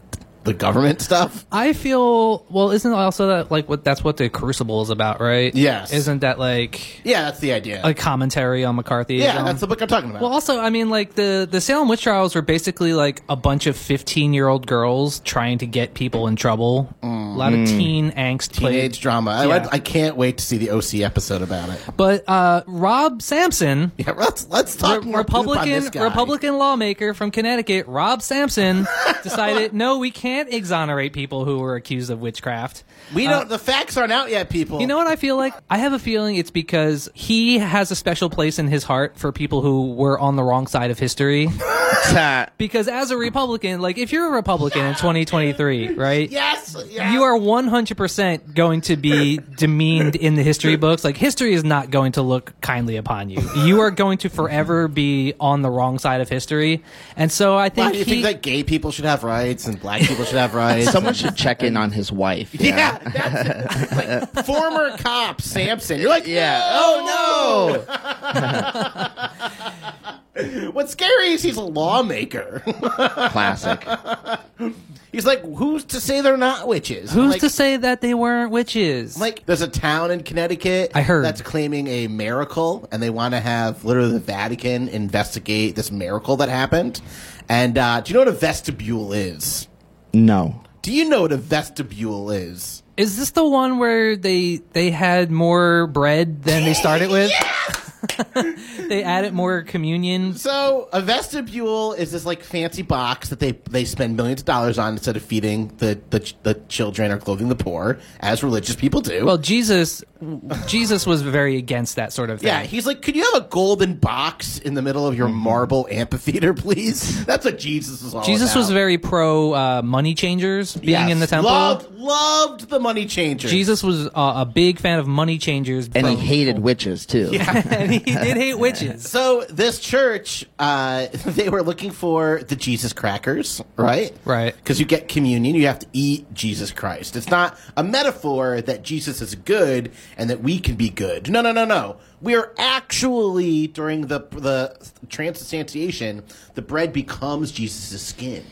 S4: the government stuff.
S3: I feel well isn't also that like what that's what the crucible is about, right?
S4: Yes.
S3: Isn't that like
S4: Yeah, that's the idea.
S3: a commentary on McCarthyism?
S4: yeah, that's the book I'm talking about.
S3: Well, also, I mean, like the the Salem witch trials were basically like a bunch of fifteen year old girls trying to get people in trouble. A lot of teen angst, played.
S4: Mm. Teenage drama. I-
S3: Yeah.
S4: I, I can't wait to see the OC episode about it.
S3: But uh, Rob Sampson,
S4: Yeah, let's let's talk more poop on
S3: Republican
S4: this guy.
S3: Republican lawmaker from Connecticut, Rob Sampson decided, no, we can't exonerate people who were accused of witchcraft.
S4: We don't. the facts aren't out yet, people.
S3: uh, You know what I feel like? I have a feeling it's because he has a special place in his heart for people who were on the wrong side of history.
S5: Ta-
S3: Because as a Republican, like if you're a Republican in 2023, right?
S4: Yes. yes.
S3: You are 100% going to be demeaned in the history books. Like, history is not going to look kindly upon you. You are going to forever be on the wrong side of history. And so I think,
S4: Why do you
S3: he-
S4: think that gay people should have rights and black people should have rights?
S5: Someone should check in on his wife. you know?
S4: yeah, that's it. Like, former cop Samson. You're like,
S5: Yeah.
S4: Oh no. What's scary is he's a lawmaker.
S5: Classic.
S4: he's like, who's to say they're not witches?
S3: who's
S4: like,
S3: to say that they weren't witches?
S4: Like, there's a town in Connecticut.
S3: I heard.
S4: that's claiming a miracle, and they want to have literally the Vatican investigate this miracle that happened. And uh, do you know what a vestibule is?
S5: No.
S4: Do you know what a vestibule is?
S3: is this the one where they they had more bread than they started with? they added more communion.
S4: So a vestibule is this like fancy box that they they spend millions of dollars on instead of feeding the the, the children or clothing the poor, as religious people do.
S3: Well, Jesus, Jesus was very against that sort of thing.
S4: yeah, he's like, could you have a golden box in the middle of
S3: Mm-hmm.
S4: your marble amphitheater, please? That's what Jesus was all
S3: Jesus was
S4: about.
S3: very pro uh, money changers being
S4: Yes.
S3: in the temple.
S4: Loved, loved the money changer.
S3: Jesus was uh, a big fan of money changers,
S5: And he
S3: from-
S5: hated witches too.
S3: and he did hate witches.
S4: So this church, uh, they were looking for the Jesus crackers, right?
S3: Right.
S4: Because you get communion, you have to eat Jesus Christ. It's not a metaphor that Jesus is good and that we can be good. No, no, no, no. We are actually during the the transubstantiation, the bread becomes Jesus' skin,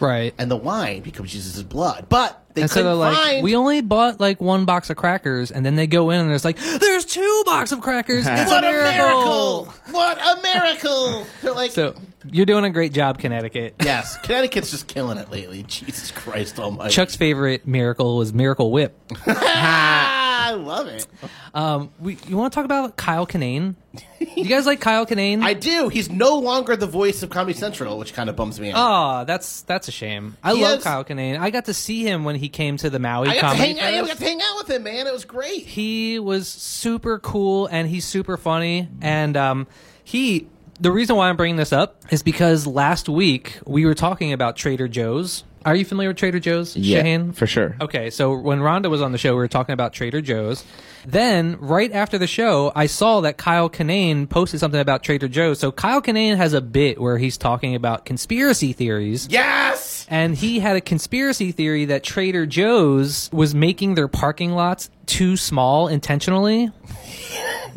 S3: Right.
S4: and the wine becomes Jesus' blood. But they
S3: And so
S4: couldn't
S3: they're like,
S4: find.
S3: we only bought like one box of crackers, and then they go in and there's like, there's two box of crackers. It's
S4: what
S3: a miracle.
S4: What a miracle! They're like.
S3: So you're doing a great job, Connecticut.
S4: Yes, Connecticut's just killing it lately. Jesus Christ Almighty!
S3: Chuck's favorite miracle was Miracle Whip.
S4: Ah, love it.
S3: Um, we, you want to talk about Kyle Kinane? you guys like Kyle Kinane?
S4: I do. He's no longer the voice of Comedy Central, which kind of bums me out.
S3: Oh, that's that's a shame. I
S4: He
S3: love
S4: is-
S3: Kyle Kinane. I got to see him when he came to the Maui
S4: I got to
S3: comedy.
S4: hang out. yeah,
S3: Fest.
S4: we got to hang out with him, man. It was great.
S3: he was super cool and he's super funny and um, he the reason why i'm bringing this up is because last week we were talking about trader joe's are you familiar with trader joe's Shaheen?
S5: for sure.
S3: okay so when rhonda was on the show we were talking about trader joe's then right after the show i saw that kyle kanane posted something about trader joe's so kyle kanane has a bit where he's talking about conspiracy theories
S4: Yes.
S3: and he had a conspiracy theory that Trader Joe's was making their parking lots too small intentionally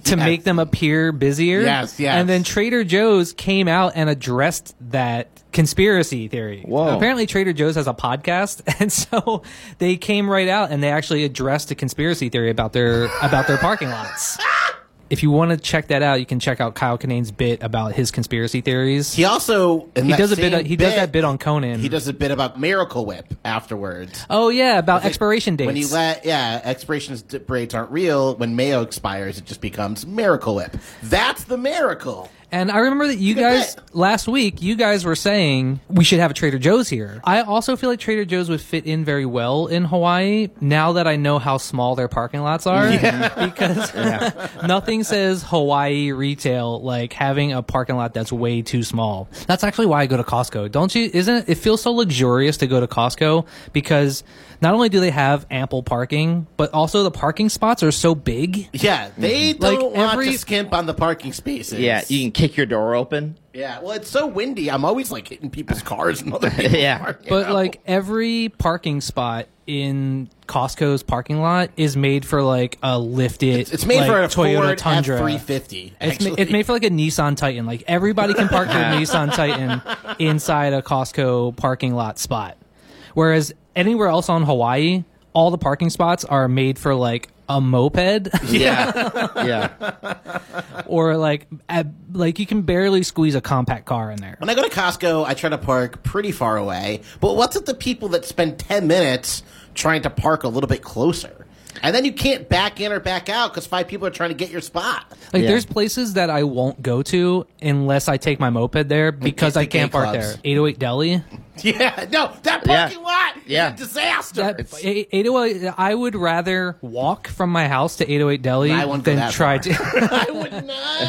S3: to make them appear busier.
S4: Yes, yes.
S3: And then Trader Joe's came out and addressed that conspiracy theory.
S5: Whoa.
S3: Apparently Trader Joe's has a podcast and so they came right out and they actually addressed a conspiracy theory about their about their parking lots. If you want to check that out, you can check out Kyle Kinane's bit about his conspiracy theories.
S4: He also in
S3: He
S4: that
S3: does a bit.
S4: same
S3: He does that bit on Conan.
S4: He does a bit about Miracle Whip afterwards.
S3: Oh yeah, about expiration dates.
S4: When he let yeah, expiration d- dates aren't real. When mayo expires, it just becomes Miracle Whip. That's the miracle.
S3: and I remember that you guys
S4: bet.
S3: last week you guys were saying we should have a Trader Joe's here. I also feel like Trader Joe's would fit in very well in Hawaii now that I know how small their parking lots are because nothing says Hawaii retail like having a parking lot that's way too small. That's actually why I go to Costco. Don't you isn't it, it feels so luxurious to go to Costco because not only do they have ample parking, but also the parking spots are so big.
S4: Yeah, they
S3: Like
S4: don't want
S3: every-
S4: to skimp on the parking spaces.
S5: Yeah, you can kick your door open.
S4: yeah. Well, it's so windy. I'm always like hitting people's cars and other people.
S5: Yeah.
S3: But like every parking spot in Costco's parking lot is made for like a lifted.
S4: it's made
S3: like,
S4: for a
S3: Toyota
S4: Ford
S3: Tundra.
S4: F350.
S3: It's, ma-
S4: Actually,
S3: it's made for like a Nissan Titan. Like everybody can park their Nissan Titan inside a Costco parking lot spot. Whereas anywhere else on Hawaii, all the parking spots are made for like a moped
S5: Yeah, yeah.
S3: or like a, like you can barely squeeze a compact car in there.
S4: When I go to Costco, I try to park pretty far away. But what's with the people that spend 10 minutes trying to park a little bit closer? And then you can't back in or back out because five people are trying to get your spot.
S3: Like
S5: Yeah.
S3: there's places that I won't go to unless I take my moped there because
S4: the
S3: I can't
S4: gay
S3: park
S4: clubs.
S3: there. 808 Deli.
S4: Yeah, no, that
S5: Yeah.
S4: parking lot
S5: Yeah.
S4: is a disaster.
S3: That, 808 I would rather walk from my house to 808 Deli
S4: I wouldn't go
S3: than
S4: that
S3: try
S4: far.
S3: to
S4: I would not.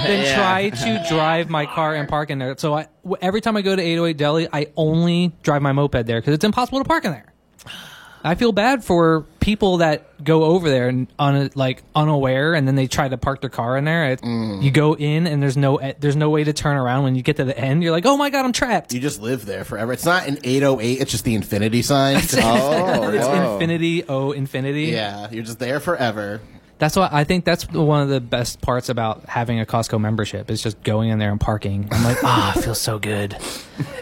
S3: than
S5: Yeah.
S3: try to drive my car and park in there. So I w every time I go to 808 Deli, I only drive my moped there because it's impossible to park in there. I feel bad for people that go over there and on like unaware, and then they try to park their car in there. It,
S4: Mm.
S3: You go in and there's no e, there's no way to turn around when you get to the end. You're like, oh my god, I'm trapped.
S4: You just live there forever. It's not an 808, it's just the infinity sign.
S5: Oh,
S3: it's
S5: whoa.
S3: infinity oh infinity.
S4: yeah, you're just there forever.
S3: That's why I think that's one of the best parts about having a Costco membership is just going in there and parking. I'm like, ah, it feels so good.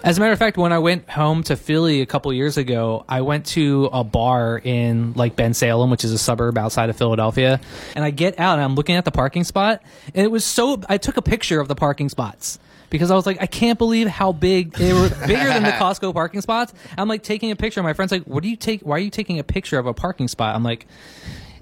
S3: As a matter of fact, when I went home to Philly a couple years ago, I went to a bar in like Ben Salem, which is a suburb outside of Philadelphia. And I get out and I'm looking at the parking spot. And it was so, I took a picture of the parking spots because I was like, I can't believe how big they were bigger than the Costco parking spots. I'm like taking a picture. My friend's like, what do you take? Why are you taking a picture of a parking spot? I'm like,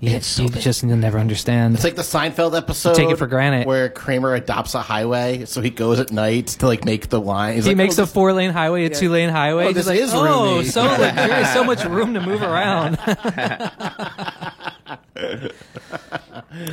S3: yeah, you just you'll never understand.
S4: It's like the Seinfeld episode.
S3: Take it for granted.
S4: Where Kramer adopts a highway, so he goes at night to like make the line. He's
S3: he
S4: like,
S3: makes
S4: oh,
S3: a four lane highway a two lane highway.
S4: Oh,
S3: He's
S4: this
S3: like,
S4: is
S3: oh,
S4: roomy."
S3: so like, there is so much room to move around.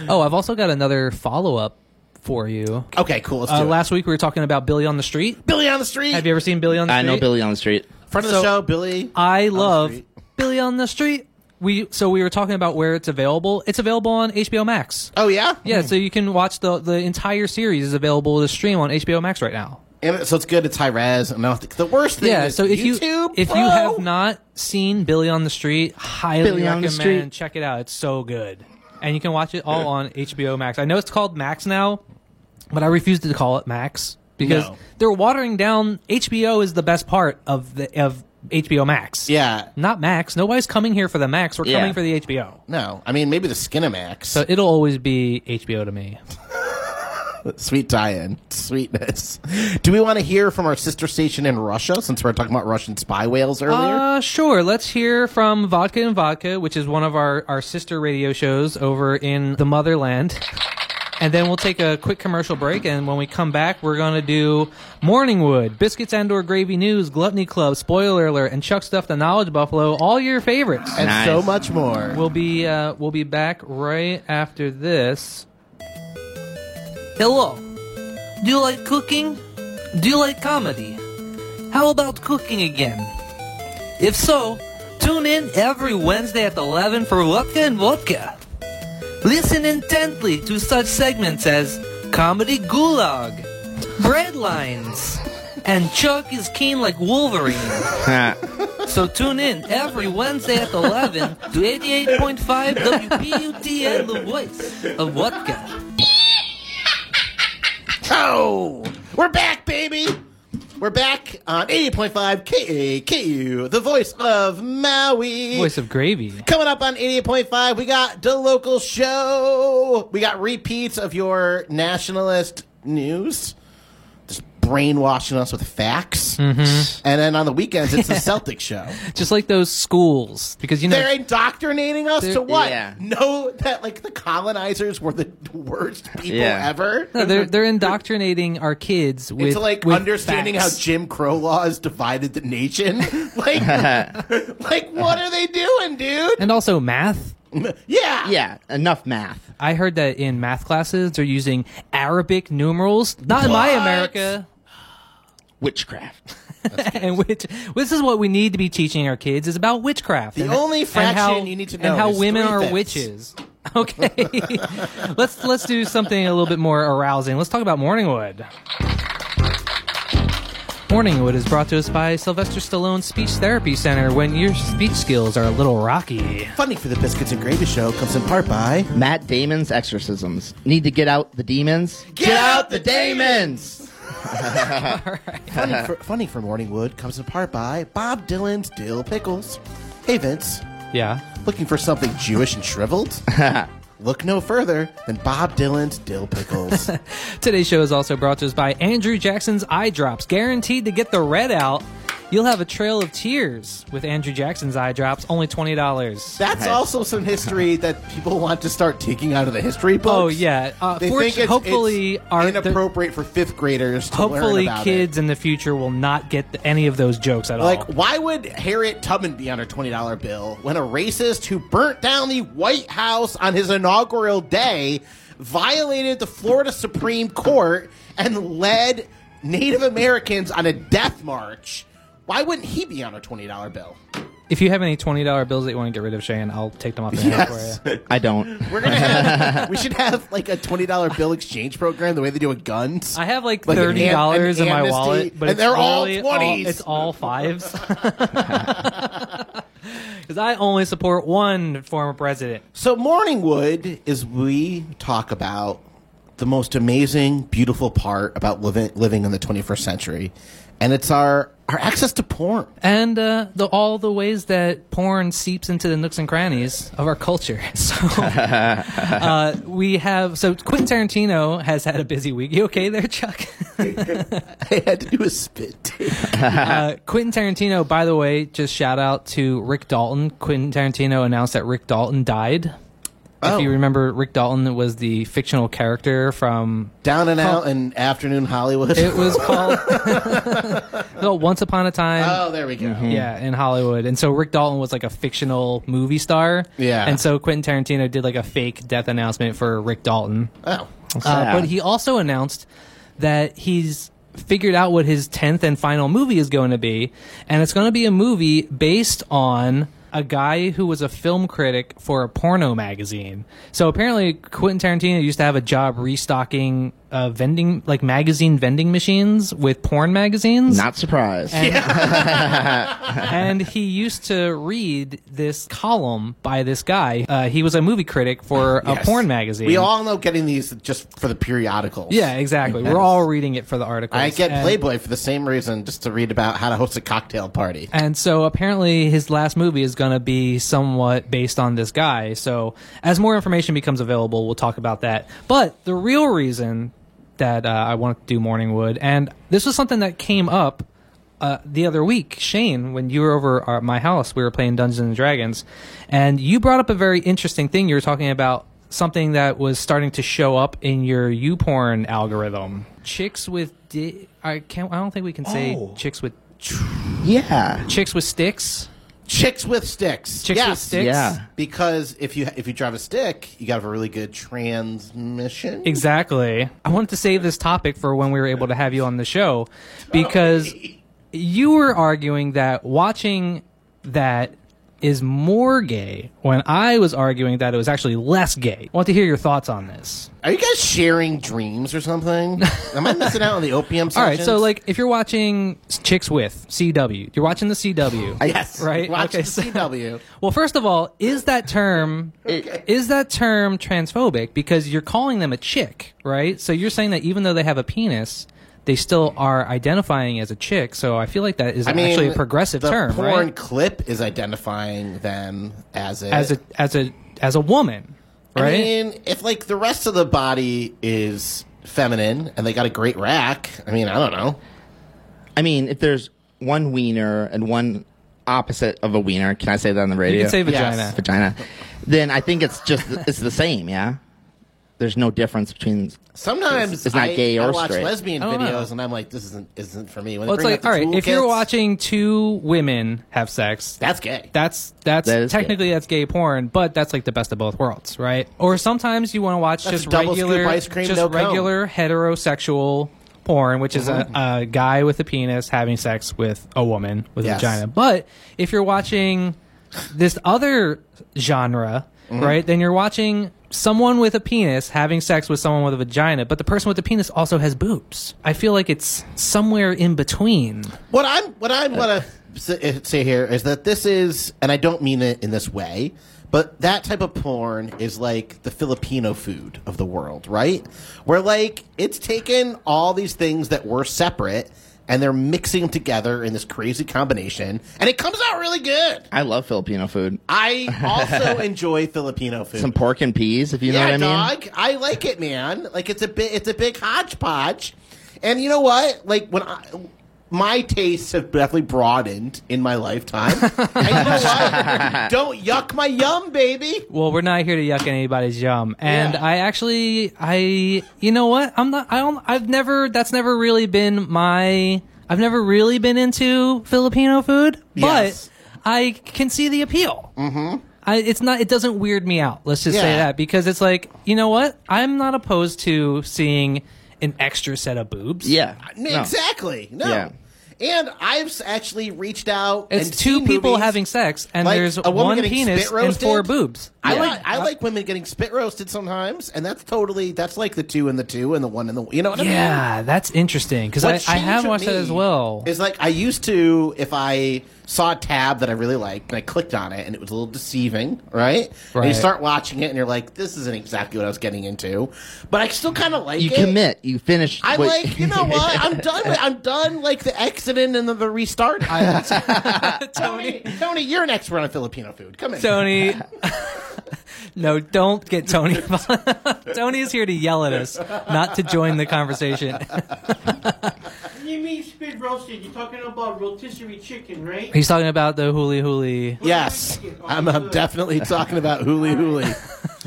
S3: oh, I've also got another follow up for you.
S4: Okay, cool. Let's do
S3: Uh,
S4: it.
S3: last week we were talking about Billy on the Street.
S4: Billy on the street.
S3: Have you ever seen Billy on the
S5: I
S3: Street?
S5: know Billy on the street.
S4: Front of
S3: So- uh,
S4: the show, Billy.
S3: I love
S4: street.
S3: Billy on the Street. We so we were talking about where it's available. It's available on HBO Max.
S4: Oh yeah,
S3: Yeah, so you can watch the the entire series is available to stream on HBO Max right now.
S4: And it- so it's good. It's high res. And I don't think the worst thing.
S3: yeah
S4: is
S3: so if
S4: YouTube,
S3: you if you
S4: bro.
S3: have not seen billy on the street highly
S5: Billy on the
S3: recommend
S5: Street.
S3: check it out it's so good and you can watch it all on hbo max i know it's called max now but i refuse to call it max because
S4: No.
S3: they're watering down hbo is the best part of the of hbo max
S4: yeah,
S3: not max nobody's coming here for the max we're
S5: Yeah.
S3: coming for the hbo
S4: no, I mean maybe the Skinamax.
S3: so it'll always be hbo to me
S4: Sweet tie-in, sweetness. Do we want to hear from our sister station in Russia? Since we were talking about Russian spy whales earlier,
S3: Uh, sure. Let's hear from Vodka and Vodka, which is one of our, our sister radio shows over in the motherland. And then we'll take a quick commercial break. And when we come back, we're going to do Morningwood, Biscuits and or Gravy News, Gluttony Club, Spoiler Alert, and Chuck Stuff the Knowledge Buffalo, all your favorites.
S4: and
S5: Nice.
S4: so much more.
S3: We'll be uh, we'll be back right after this. Hello. Do you like cooking? Do you like comedy? How about cooking again? If so, tune in every Wednesday at 11 for Vodka and Vodka. Listen intently to such segments as Comedy Gulag, Breadlines, and Chuck is Keen Like Wolverine. So tune in every Wednesday at 11 to 88.5 WPUTN, the voice of vodka.
S4: Oh, we're back, baby. We're back on 80.5 KAKU, the voice of Maui.
S3: Voice of gravy.
S4: Coming up on 88.5, we got the local show. We got repeats of your nationalist news. Just brainwashing us with facts. And then on the weekends, it's the Celtic show.
S3: Just like those schools, because you know.
S4: They're indoctrinating us to what?
S5: yeah.
S4: Know that like the colonizers were the worst people
S5: Yeah.
S4: ever.
S3: no, they're, they're indoctrinating our kids with
S4: It's like
S3: with
S4: understanding
S3: facts.
S4: how Jim Crow laws divided the nation. like, like what are they doing, dude?
S3: and also math.
S4: Yeah,
S5: yeah, enough math.
S3: I heard that in math classes they're using Arabic numerals. Not in my
S4: What?
S3: America.
S5: Witchcraft.
S3: and which this is what we need to be teaching our kids is about witchcraft.
S4: The
S3: and,
S4: only
S3: and
S4: fraction
S3: how-
S4: you need to know
S3: and how
S4: is
S3: women
S4: three
S3: are
S4: fifths.
S3: witches. Okay, let's let's do something a little bit more arousing. Let's talk about Morningwood. Morningwood is brought to us by Sylvester Stallone Speech Therapy Center. When your speech skills are a little rocky,
S4: Funding for the Biscuits and Gravy Show comes in part by
S5: Matt Damon's exorcisms. Need to get out the demons.
S4: Get out the
S5: demons.
S4: Funding for, funding for Morningwood comes in part by Bob Dylan's Dill Pickles. Hey Vince,
S3: yeah,
S4: looking for something Jewish and shriveled? Look no further than Bob Dylan's Dill Pickles.
S3: Today's show is also brought to us by Andrew Jackson's Eye Drops, guaranteed to get the red out. You'll have a trail of tears with Andrew Jackson's eye drops, only twenty dollars.
S4: That's also some history that people want to start taking out of the history books.
S3: Oh yeah, uh,
S4: They
S3: fortu-
S4: think it's,
S3: hopefully
S4: it's
S3: our
S4: inappropriate for fifth graders to learn
S3: hopefully
S4: about it.
S3: kids in the future will not get th- any of those jokes at
S4: Like,
S3: all.
S4: why would Harriet Tubman be on her twenty dollar bill when a racist who burnt down the White House on his inaugural day violated the Florida Supreme Court and led Native Americans on a death march? Why wouldn't he be on her twenty dollar bill?
S3: If you have any twenty dollar bills that you want to get rid of, Shane, I'll take them off the yes. for you.
S5: I don't.
S4: We're gonna have, we should have like a twenty dollar bill exchange program the way they do with guns.
S3: I have like
S4: Like an am-
S3: thirty dollars
S4: an
S3: in my
S4: amnesty,
S3: wallet, but
S4: and
S3: it's
S4: they're all
S3: literally
S4: 20s.
S3: It's all fives. Because I only support one former president.
S4: So Morningwood is we talk about the most amazing, beautiful part about living living in the 21st century, and it's our our access to porn.
S3: and uh, the all the ways that porn seeps into the nooks and crannies of our culture. So uh, we have so Quentin Tarantino has had a busy week. You okay there, Chuck?
S4: I had to do a spit. take.
S3: uh, Quentin Tarantino, by the way, just shout out to Rick Dalton. Quentin Tarantino announced that Rick Dalton died.
S4: Oh.
S3: If you remember, Rick Dalton was the fictional character from.
S4: Down and out in afternoon Hollywood.
S3: It was called no, Once Upon a Time.
S4: oh, there we go.
S3: Yeah, in Hollywood. And so Rick Dalton was like a fictional movie star.
S4: Yeah.
S3: And so Quentin Tarantino did like a fake death announcement for Rick Dalton.
S4: Oh,
S3: Uh,
S5: sad.
S3: but he also announced that he's figured out what his 10th and final movie is going to be. And it's going to be a movie based on a guy who was a film critic for a porno magazine. So apparently Quentin Tarantino used to have a job restocking uh, vending, like magazine vending machines with porn magazines
S5: Not surprised.
S3: and he used to read this column by this guy. Uh, he was a movie critic for a
S4: yes.
S3: porn magazine.
S4: We all know getting these just for the periodicals.
S3: yeah, exactly. We're all reading it for the article.
S4: I get
S3: and,
S4: Playboy for the same reason, just to read about how to host a cocktail party.
S3: And so apparently his last movie is going to be somewhat based on this guy. So as more information becomes available, we'll talk about that. But the real reason that uh, I want to do Morningwood, and this was something that came up uh, the other week, Shane, when you were over at my house, we were playing Dungeons and Dragons, and you brought up a very interesting thing. You were talking about something that was starting to show up in your YouPorn algorithm. Chicks with di- I can't. I don't think we can say
S4: Oh.
S3: chicks with
S5: Yeah.
S3: chicks with sticks.
S4: Chicks with sticks.
S3: Chicks
S4: yes.
S3: with sticks.
S5: Yeah.
S4: Because if you if you drive a stick, you got to have a really good transmission.
S3: Exactly. I wanted to save this topic for when we were able to have you on the show because you were arguing that watching that is more gay when I was arguing that it was actually less gay. I want to hear your thoughts on this.
S4: Are you guys sharing dreams or something? Am I missing out on the opium?
S3: All right, so like if you're watching Chicks with CW, you're watching the CW.
S4: yes,
S3: right,
S4: Watch
S3: okay,
S4: the
S3: so-
S4: CW.
S3: Well, first of all, is that term is that term transphobic because you're calling them a chick, right? So you're saying that even though they have a penis, they still are identifying as a chick. So I feel like that is
S4: I mean,
S3: actually a progressive
S4: the
S3: term,
S4: porn
S3: right?
S4: clip is identifying them as a
S3: As a as a as a woman, right?
S4: I mean, if like the rest of the body is feminine and they got a great rack, I mean, I don't know.
S5: I mean, if there's one wiener and one opposite of a wiener, can I say that on the
S3: you
S5: radio?
S3: can say
S4: Yes.
S3: vagina.
S5: vagina. Then I think it's just it's the same. Yeah. There's no difference between.
S4: Sometimes
S5: It's- it's not
S4: I,
S5: gay or
S4: I watch
S5: straight.
S4: lesbian
S3: I don't
S4: videos
S3: know.
S4: and I'm like, this isn't isn't for me. When
S3: Well,
S4: they
S3: it's
S4: bring
S3: like
S4: out
S3: all
S4: the
S3: right, if you're
S4: toolkits,
S3: watching two women have sex,
S4: that's gay.
S3: that's that's
S5: That is gay.
S3: technically that's gay porn, but that's like the best of both worlds, right? Or sometimes you want to watch
S4: That's
S3: just
S4: a double scoop
S3: regular,
S4: ice cream,
S3: just
S4: no cone.
S3: regular heterosexual porn, which is
S4: Mm-hmm.
S3: a, a guy with a penis having sex with a woman with
S4: Yes.
S3: a vagina. But if you're watching this other genre,
S4: Mm-hmm.
S3: right, then you're watching someone with a penis having sex with someone with a vagina, but the person with the penis also has boobs. I feel like it's somewhere in between.
S4: What I'm what I want to say here is that this is, and I don't mean it in this way, but that type of porn is like the Filipino food of the world, right? Where like it's taken all these things that were separate and they're mixing them together in this crazy combination, and it comes out really good.
S5: I love Filipino food.
S4: I also enjoy Filipino food.
S5: Some pork and peas, if you know
S4: yeah,
S5: what I mean.
S4: dog. I like it, man. Like it's a bit, it's a big hodgepodge. And you know what? Like when I, my tastes have definitely broadened in my lifetime. and you know what? Don't yuck my yum, baby.
S3: Well, we're not here to yuck anybody's yum, and
S4: Yeah.
S3: I actually, I, you know what? I'm not. I don't. I've never. That's never really been my. I've never really been into Filipino food,
S4: Yes.
S3: but I can see the appeal. Mm-hmm. I, it's not. It doesn't weird me out. Let's just say
S4: Yeah.
S3: that because it's like, you know what? I'm not opposed to seeing an extra set of boobs.
S5: Yeah.
S4: No,
S5: no.
S4: Exactly. No.
S5: Yeah.
S4: And I've s- actually reached out.
S3: It's
S4: and
S3: two
S4: seen
S3: people
S4: movies.
S3: having sex, and
S4: like
S3: there's
S4: a woman
S3: one
S4: getting
S3: penis
S4: spit
S3: and four
S4: roasted.
S3: boobs.
S4: I
S5: Yeah.
S4: like I like women getting spit roasted sometimes, and that's totally that's like the two and the two and the one and the you know what I mean?
S3: Yeah, that's interesting because I,
S4: What
S3: I have
S4: changed
S3: watched
S4: with
S3: that
S4: me
S3: as well.
S4: Is like I used to if I saw a tab that I really liked and I clicked on it and it was a little deceiving, right? And you
S3: Right.
S4: start watching it and you're like, this isn't exactly what I was getting into, but I still kind of like
S5: You
S4: it.
S5: commit. You finish.
S4: I
S5: what-
S4: like, you know what? I'm done. With, I'm done. Like the accident and then the restart. Tony, Tony, you're an expert on Filipino food. Come in.
S3: Tony. no, don't get Tony. Tony is here to yell at us, not to join the conversation.
S1: You mean spit roasted? You're talking about rotisserie chicken, right?
S3: He's talking about the hooly hooly.
S4: yes, I'm, I'm definitely talking about huli huli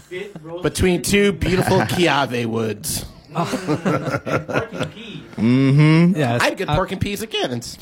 S1: Spit roasted
S4: between two beautiful Kiave woods.
S1: fucking peas.
S3: Yes.
S4: I'd get pork and peas again. It's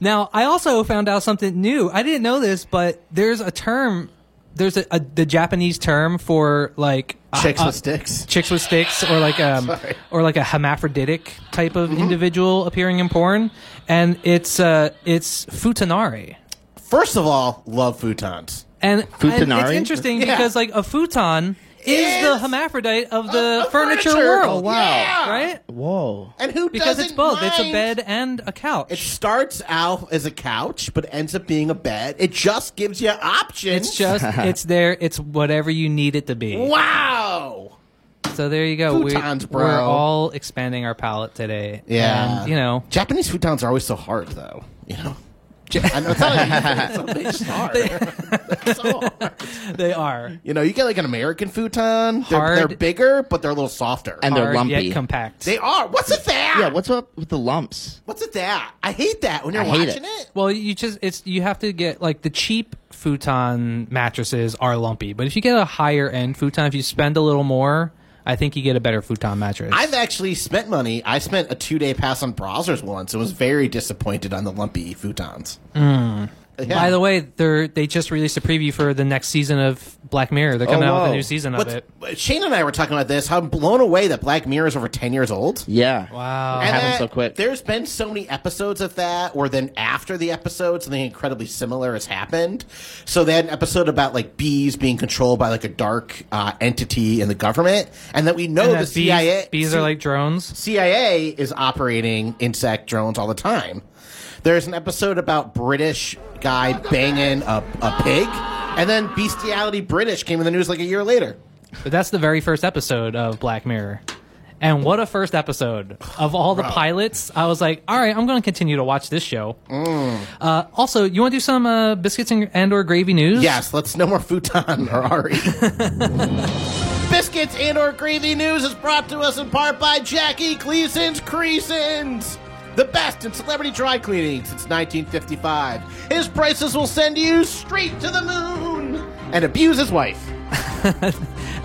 S3: Now, I also found out something new. I didn't know this, but there's a term. There's a, a the Japanese term for like
S4: chicks
S3: uh,
S4: with sticks.
S3: chicks with sticks or like um or like a hermaphroditic type of individual appearing in porn, and it's uh it's futanari.
S4: First of all, love futons.
S3: And, and it's
S5: Futanari?
S3: interesting
S4: Yeah.
S3: because like a futon is
S4: Is
S3: the hermaphrodite of the
S4: of
S3: furniture,
S4: furniture.
S3: world.
S4: Oh, wow. Yeah.
S3: Right?
S5: Whoa.
S4: And who
S3: Because
S4: doesn't
S3: it's both. It's a
S4: mind-
S3: bed and a couch.
S4: It starts out as a couch, but ends up being a bed. It just gives you options.
S3: it's just it's there. It's whatever you need it to be.
S4: wow.
S3: So there you go.
S4: Futons,
S3: we,
S4: bro.
S3: We're all expanding our palette today.
S4: Yeah.
S3: And, you know,
S4: Japanese futons are always so hard, though. You know. I know it's not like it's always hard. so hard.
S3: they are
S4: You know, you get like an American futon. They're,
S3: Hard.
S4: they're bigger, but they're a little softer.
S5: And they're
S3: hard
S5: lumpy.
S3: yet compact.
S4: they are. What's with that?
S5: yeah, what's up with the lumps?
S4: What's with that? I hate that when you're
S5: I hate
S4: watching it.
S3: well, you just it's you have to get like the cheap futon mattresses are lumpy, but if you get a higher end futon, if you spend a little more, I think you get a better futon mattress.
S4: I've actually spent money. I spent a two day pass on browsers once and was very disappointed on the lumpy futons. Yeah.
S3: Hmm. By the way, they they just released a preview for the next season of Black Mirror. They're coming out with a
S5: whoa.
S3: new season
S4: Oh, What's- uh,
S3: of it.
S4: Shane and I were talking about this. How I'm blown away that Black Mirror is over 10 years old.
S5: Yeah.
S3: Wow.
S5: It happened
S4: that-
S5: so quick.
S4: There's been so many episodes of that, or then after the episode, something incredibly similar has happened. So they had an episode about like bees being controlled by like a dark uh, entity in the government, and that we know
S3: And
S4: the
S3: that bees,
S4: CIA
S3: bees are like drones.
S4: CIA is operating insect drones all the time. There's an episode about British guy banging a, a pig, and then bestiality British came in the news like a year later.
S3: But that's the very first episode of Black Mirror. And what a first episode. Of all the pilots, I was like, all right, I'm going to continue to watch this show.
S4: Mm.
S3: Uh, also, you want to do some uh, biscuits and, and or gravy news?
S4: Yes, let's no more futon or Ari. Biscuits and or gravy news is brought to us in part by Jackie Gleason's Creasons. The best in celebrity dry cleaning since 1955. His prices will send you straight to the moon and abuse his wife.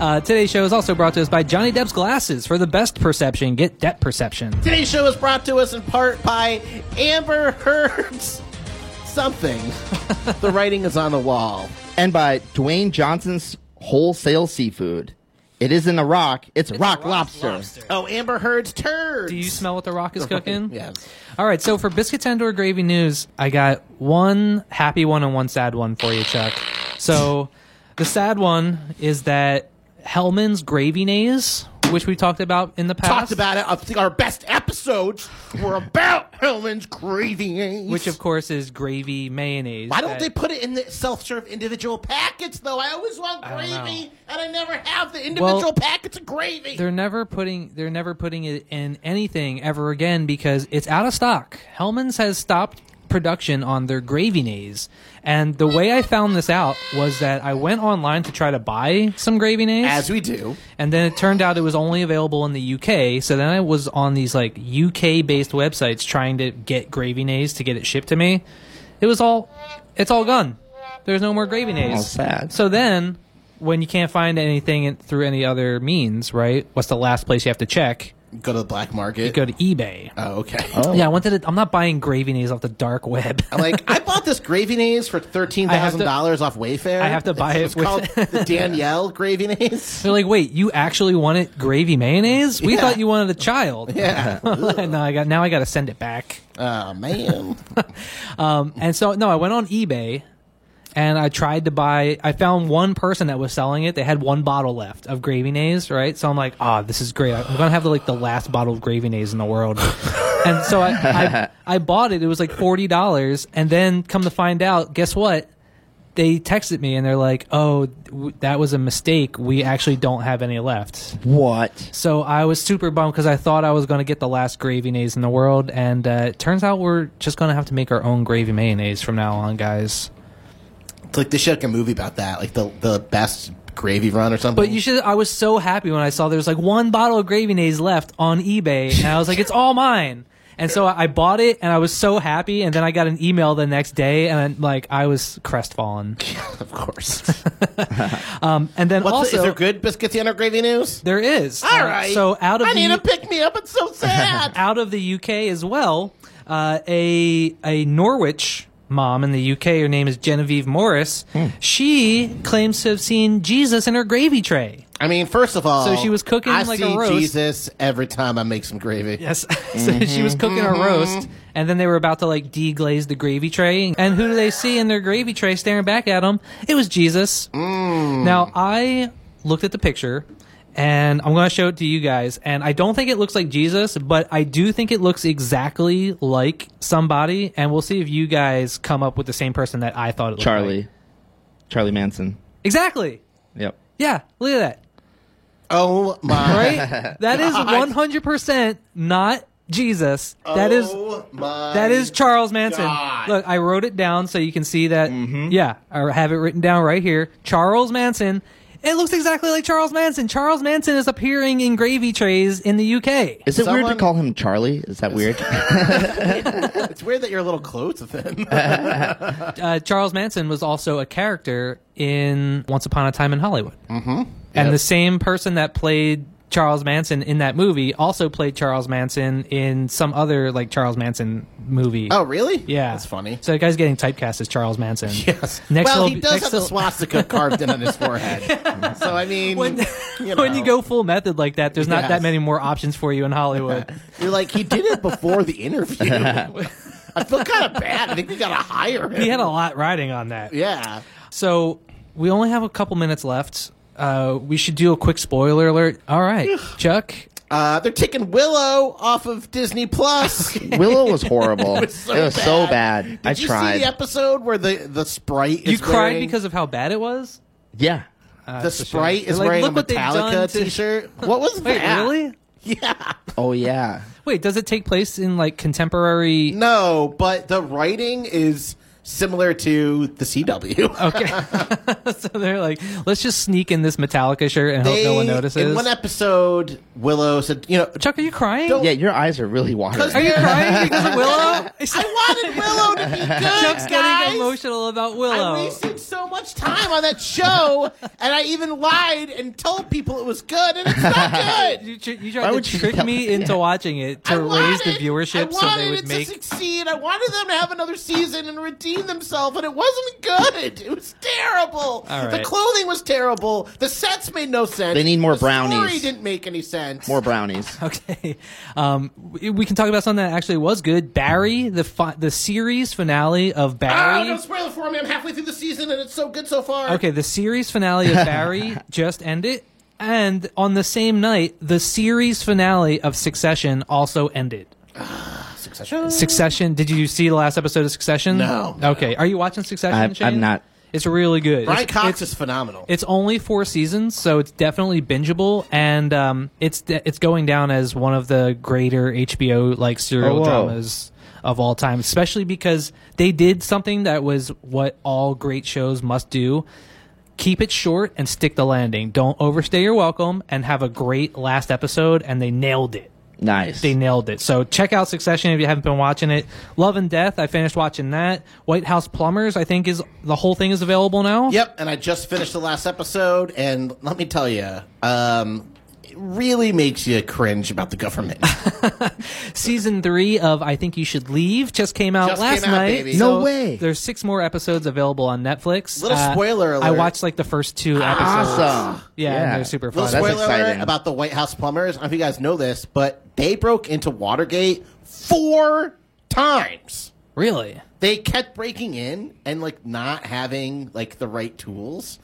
S3: Uh, today's show is also brought to us by Johnny Depp's Glasses. For the best perception, get depth perception.
S4: Today's show is brought to us in part by Amber Heard's something. the writing is on the wall.
S5: and by Dwayne Johnson's Wholesale Seafood. It isn't a rock, it's, rock lobster.
S4: Oh, Amber Heard's turd.
S3: Do you smell what the rock is cooking?
S4: Yeah.
S3: All right, so for biscuits and or gravy news, I got one happy one and one sad one for you, Chuck. So the sad one is that Hellman's gravy nays, which we talked about in the past,
S4: Talked about it. I think our best episodes were about Hellman's gravy.
S3: which of course is gravy mayonnaise.
S4: Why don't
S3: that-
S4: they put it in the self-serve individual packets though? I always want
S3: don't
S4: gravy,
S3: know.
S4: and I never have the individual packets of gravy.
S3: They're never putting they're never putting it in anything ever again because it's out of stock. Hellman's has stopped production on their gravy nays. And the way I found this out was that I went online to try to buy some gravy nays.
S4: As we do.
S3: and then it turned out it was only available in the UK. So then I was on these like UK based websites trying to get gravy nays to get it shipped to me. It was all, it's all gone. There's no more gravy nays.
S5: Oh, sad.
S3: So then, when you can't find anything in- through any other means, right? What's the last place you have to check?
S4: Go to the black market.
S3: Go to eBay.
S4: oh, okay.
S3: Yeah, I wanted. To, I'm not buying gravy nays off the dark web.
S4: like I bought this gravy nays for thirteen
S3: have
S4: thousand
S3: to-
S4: dollars off Wayfair.
S3: I have to buy it
S4: It's
S3: with-
S4: called the Danielle gravy nays.
S3: They're like, wait, you actually wanted gravy mayonnaise? We
S4: Yeah.
S3: thought you wanted a child.
S4: Yeah.
S3: now I got. Now I got to send it back.
S4: Oh man.
S3: Um, and so no, I went on eBay and I tried to buy. I found one person that was selling it. They had one bottle left of gravy nays, right? So I'm like, ah, this is great. I'm gonna have like the last bottle of gravy nays in the world. and so I, I I bought it. It was like forty dollars. And then come to find out, guess what? They texted me and they're like, "Oh, w- that was a mistake. We actually don't have any left."
S5: What?
S3: So I was super bummed because I thought I was going to get the last gravy nays in the world, and uh, it turns out we're just going to have to make our own gravy mayonnaise from now on, guys.
S4: it's like they should make a movie about that, like the the best gravy run or something.
S3: But you should. I was so happy when I saw there was like one bottle of gravy nays left on eBay, and I was like, it's all mine. And so I I bought it, and I was so happy. And then I got an email the next day, and like I was crestfallen.
S4: of course.
S3: And then
S4: What's
S3: also
S4: is there good biscuits and or gravy news?
S3: there is
S4: All
S3: Uh,
S4: right.
S3: So out of
S4: I
S3: the,
S4: need a pick me up. It's so sad.
S3: out of the UK as well. Uh, a a Norwich mom in the UK. Her name is Genevieve Morris. She claims to have seen Jesus in her gravy tray.
S4: I mean, first of all,
S3: So she was cooking
S4: I
S3: like a
S4: see
S3: roast.
S4: Jesus every time I make some gravy.
S3: Yes, so she was cooking a roast, and then they were about to like deglaze the gravy tray. And who do they see in their gravy tray staring back at them? It was Jesus. Now I looked at the picture. And I'm going to show it to you guys. And I don't think it looks like Jesus, but I do think it looks exactly like somebody. And we'll see if you guys come up with the same person that I thought it looked like.
S5: Charlie. Charlie Manson.
S3: Exactly.
S5: Yep.
S3: Yeah. Look at that.
S4: Oh my!
S3: Right? That is 100% not Jesus, that is
S4: Oh my
S3: that is Charles Manson.
S4: God. Mm-hmm.
S3: Look, I wrote it down so you can see that. Yeah, I have it written down right here. Charles Manson. It looks exactly like Charles Manson. Charles Manson is appearing in gravy trays in the UK.
S5: Is it weird
S4: Someone-
S5: to call him Charlie? Is that weird?
S4: It's weird that you're a little close with him.
S3: uh, Charles Manson was also a character in Once Upon a Time in Hollywood. Mm-hmm. And the same person that played Charles Manson in that movie also played Charles Manson in some other like Charles Manson movie.
S4: oh, really?
S3: yeah,
S4: That's funny.
S3: So the guy's getting typecast as Charles Manson.
S4: Yes.
S3: Next
S4: well,
S3: little-
S4: he does
S3: next
S4: have the
S3: little-
S4: swastika carved in on his forehead. So I mean,
S3: When,
S4: you
S3: when
S4: know.
S3: you go full method like that, there's not
S4: Yes.
S3: that many more options for you in Hollywood.
S4: you're like he did it before the interview. I feel kind of bad. I think we gotta hire him.
S3: he had a lot riding on that.
S4: yeah.
S3: So we only have a couple minutes left. Uh, we should do a quick spoiler alert. All right, Chuck.
S4: Uh, they're taking Willow off of Disney Plus. Did
S5: Willow was horrible. it was so,
S4: so
S5: bad. I
S4: you
S5: tried.
S4: see the episode where the the sprite
S3: You
S4: is
S3: cried
S4: wearing,
S3: because of how bad it was.
S5: yeah.
S4: the sprite is
S3: Like,
S4: wearing
S3: look
S4: a
S3: what they've done
S4: Metallica
S3: to-
S4: T-shirt? What was
S3: Wait,
S4: that?
S3: really?
S4: Yeah.
S5: Oh yeah.
S3: Wait, does it take place in like contemporary?
S4: No, but the writing is similar to the CW.
S3: Okay, so they're like, let's just sneak in this Metallica shirt and
S4: They-
S3: hope no one
S4: In
S3: notices.
S4: one episode, Willow said, "You know,
S3: Chuck, are you crying?
S4: Don't-
S5: Yeah, your eyes are really watering.
S3: Are you crying because of Willow?
S4: I wanted Willow to be good, guys.
S3: Chuck's getting emotional about
S4: I
S3: Willow.
S4: wasted so much time on that show, and I even lied and told people it was good, and it's not good.
S3: You, tr- you
S5: Why
S3: tried to
S5: would you
S3: trick
S5: tell-
S3: me into
S5: Yeah.
S3: watching it to
S4: I
S3: raise the
S4: wanted-
S3: viewership
S4: I
S3: so
S4: wanted
S3: they
S4: it
S3: would make.
S4: to succeed. I wanted them to have another season and redeem themselves, and it wasn't good. It was terrible.
S3: All
S4: The
S3: right.
S4: clothing was terrible. The sets made no sense.
S5: They need more
S4: the story
S5: brownies.
S4: didn't make any sense.
S5: More brownies.
S3: Okay, um, we we can talk about something that actually was good. Barry, the fi- the series finale of
S4: Ah,
S3: Barry.
S4: don't spoil it for me. I'm halfway through the season, and it's so good so far.
S3: Okay, the series finale of Barry just ended, and on the same night, the series finale of Succession also ended.
S4: Succession.
S3: Succession. Did you see the last episode of Succession?
S4: No.
S3: Okay. Are you watching Succession?
S5: I'm- I'm
S3: Shane?
S5: not.
S3: It's really good.
S4: Brian
S3: It's-
S4: Cox
S3: it's-
S4: is phenomenal.
S3: It's only four seasons, so it's definitely bingeable, and um, it's it's going down as one of the greater HBO like
S5: Oh,
S3: serial
S5: whoa.
S3: dramas of all time. Especially because they did something that was what all great shows must do: keep it short and stick the landing. Don't overstay your welcome, and have a great last episode. And they nailed it.
S5: Nice.
S3: They nailed it. So check out Succession if you haven't been watching it. Love and Death, I finished watching that. White House Plumbers, I think is the whole thing is available now.
S4: Yep, and I just finished the last episode, and let me tell you, um, it really makes you cringe about the government.
S3: Oh, Season three of I Think You Should Leave just came out
S4: Just
S3: last
S4: came out,
S3: night.
S4: baby.
S5: No way.
S3: There's six more episodes available on Netflix. Uh,
S4: Little spoiler alert. Ah.
S3: I watched like the first two episodes.
S5: Awesome.
S3: Yeah, and they're super
S4: Little
S3: fun.
S5: That's
S4: spoiler alert
S5: exciting.
S4: about the White House plumbers. I don't know if you guys know this, but they broke into Watergate four times.
S3: really?
S4: They kept breaking in and like not having like the right tools.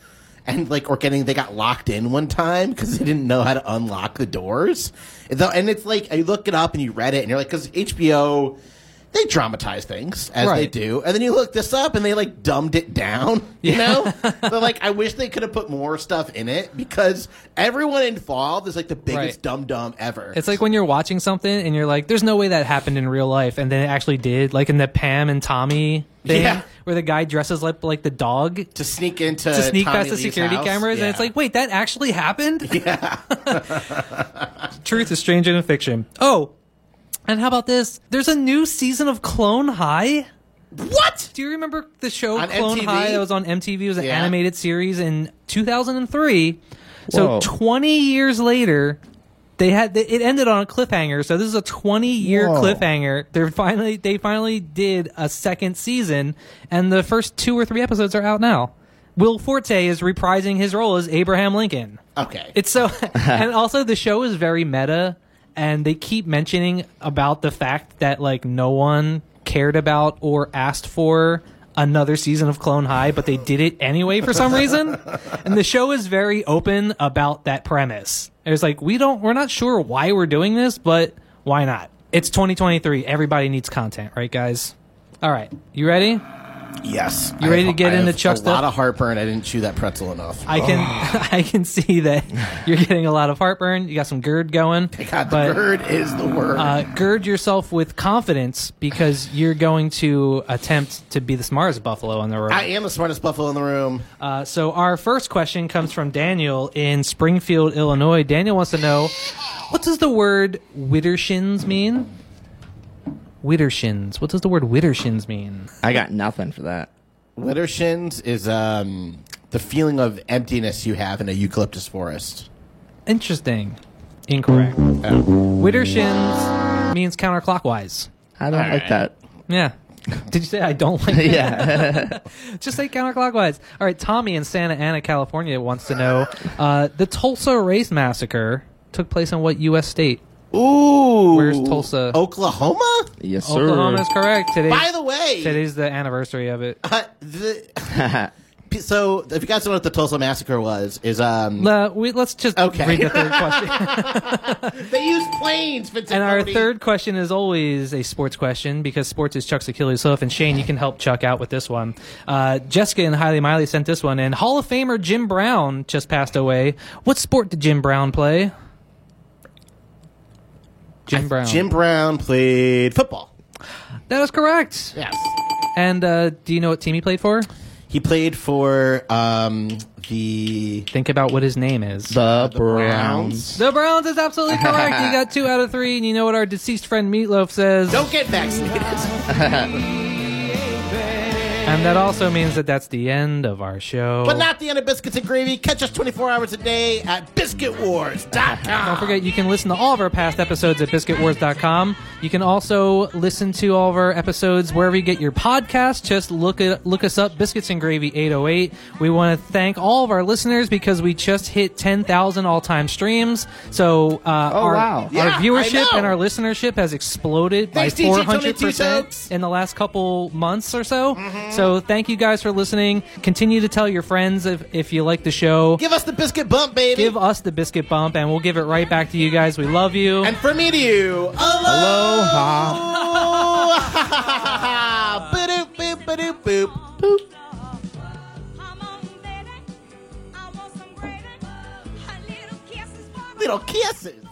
S4: And like, or getting, they got locked in one time because they didn't know how to unlock the doors. And though- and it's like, I look it up and you read it and you're like, because HBO, they dramatize things as
S3: Right.
S4: they do. And then you look this up and they like dumbed it down. You know? They're like, I wish they could have put more stuff in it because everyone involved is like the biggest
S3: Right.
S4: dumb dumb ever.
S3: It's like when you're watching something and you're like, "There's no way that happened in real life," and then it actually did. Like in the Pam and Tommy thing,
S4: Yeah.
S3: where the guy dresses up like the dog
S4: to sneak into
S3: to sneak
S4: Tommy
S3: past the
S4: Lee's
S3: security
S4: house.
S3: cameras, and it's
S4: Yeah.
S3: like, wait, that actually happened? Yeah. Truth is stranger than fiction. Oh, and how about this? There's a new season of Clone High. What? Do you remember the show
S4: On
S3: Clone
S4: MTV?
S3: High that was on MTV? It was an
S4: Yeah.
S3: animated series in 2003. So
S5: Whoa.
S3: 20 years later, they had it ended on a cliffhanger. So this is a 20 year
S5: Whoa.
S3: cliffhanger. They're finally they finally did a second season, and the first two or three episodes are out now. Will Forte is reprising his role as Abraham Lincoln.
S4: okay.
S3: It's so, and also the show is very meta, and they keep mentioning about the fact that like no one cared about or asked for another season of Clone High, but they did it anyway for some reason. and the show is very open about that premise. It's like we don't, we're not sure why we're doing this, but why not? It's 2023. Everybody needs content, right, guys? All right, you ready?
S4: Yes.
S3: You ready to get into Chuck's
S4: A lot
S3: stuff?
S4: of heartburn. I didn't chew that pretzel enough.
S3: I can I can see that you're getting a lot of heartburn. You got some GERD going.
S4: God, the
S3: but,
S4: bird is the word.
S3: Uh, gird yourself with confidence because you're going to attempt to be the smartest buffalo on the road.
S4: I am the smartest buffalo in the room.
S3: Uh, so our first question comes from Daniel in Springfield, Illinois. Daniel wants to know, what does the word "widdershins" mean? Widdershins. What does the word "widdershins" mean?
S5: I got nothing for that.
S4: Litter shins is um, the feeling of emptiness you have in a eucalyptus forest.
S3: Interesting. Incorrect. Widdershins means counterclockwise.
S5: I don't like that.
S3: Yeah. Did you say I don't like that?
S5: Yeah.
S3: Just say counterclockwise. All right, Tommy in Santa Ana, California wants to know uh, the Tulsa Race Massacre took place in what U.S. state?
S4: Ooh.
S3: Where's Tulsa?
S4: Oklahoma?
S5: yes, sir.
S3: Oklahoma is correct. Today,
S4: By the way,
S3: today's the anniversary of it.
S4: uh, the, so if you guys don't know what the Tulsa massacre was, is um,
S3: Uh, we, let's just
S4: Okay.
S3: read the third question.
S4: they used planes, Vincent.
S3: and our
S4: Brody.
S3: third question is always a sports question because sports is Chuck's Achilles heel. And Shane, you can help Chuck out with this one. Uh, Jessica and Hailey Miley sent this one. And Hall of Famer Jim Brown just passed away. What sport did Jim Brown play? Jim Brown.
S4: Jim Brown played football.
S3: That is correct.
S4: Yes,
S3: And uh, do you know what team he played for?
S4: he played for um, the
S3: Think about what his name is.
S5: the
S4: Browns.
S5: Browns.
S3: The Browns is absolutely correct. you got two out of three, and you know what our deceased friend Meatloaf says.
S4: Don't get vaccinated.
S3: And that also means that that's the end of our show.
S4: but not the end of biscuits and gravy. Catch us 24 hours a day at biscuitwars.com.
S3: Don't forget, you can listen to all of our past episodes at biscuitwars.com. You can also listen to all of our episodes wherever you get your podcast. Just look at, look us up, Biscuits and Gravy 808. We want to thank all of our listeners because we just hit 10,000 all time streams. So uh, our,
S5: wow.
S3: our
S4: Yeah,
S3: viewership
S4: I know.
S3: and our listenership has exploded
S4: Thanks,
S3: by
S4: TG, Tony
S3: 400%
S4: T-Tokes.
S3: in the last couple months or so.
S4: Mm-hmm.
S3: So thank you guys for listening. Continue to tell your friends if, if you like the show.
S4: Give us the biscuit bump, baby.
S3: Give us the biscuit bump, and we'll give it right back to you guys. We love you.
S4: and from me to you,
S5: Aloha.
S4: aloha. Ba-doop, boop, ba-doop, boop.
S6: I'm on baby. I want some gravy. A little kiss is what I
S4: Little kisses.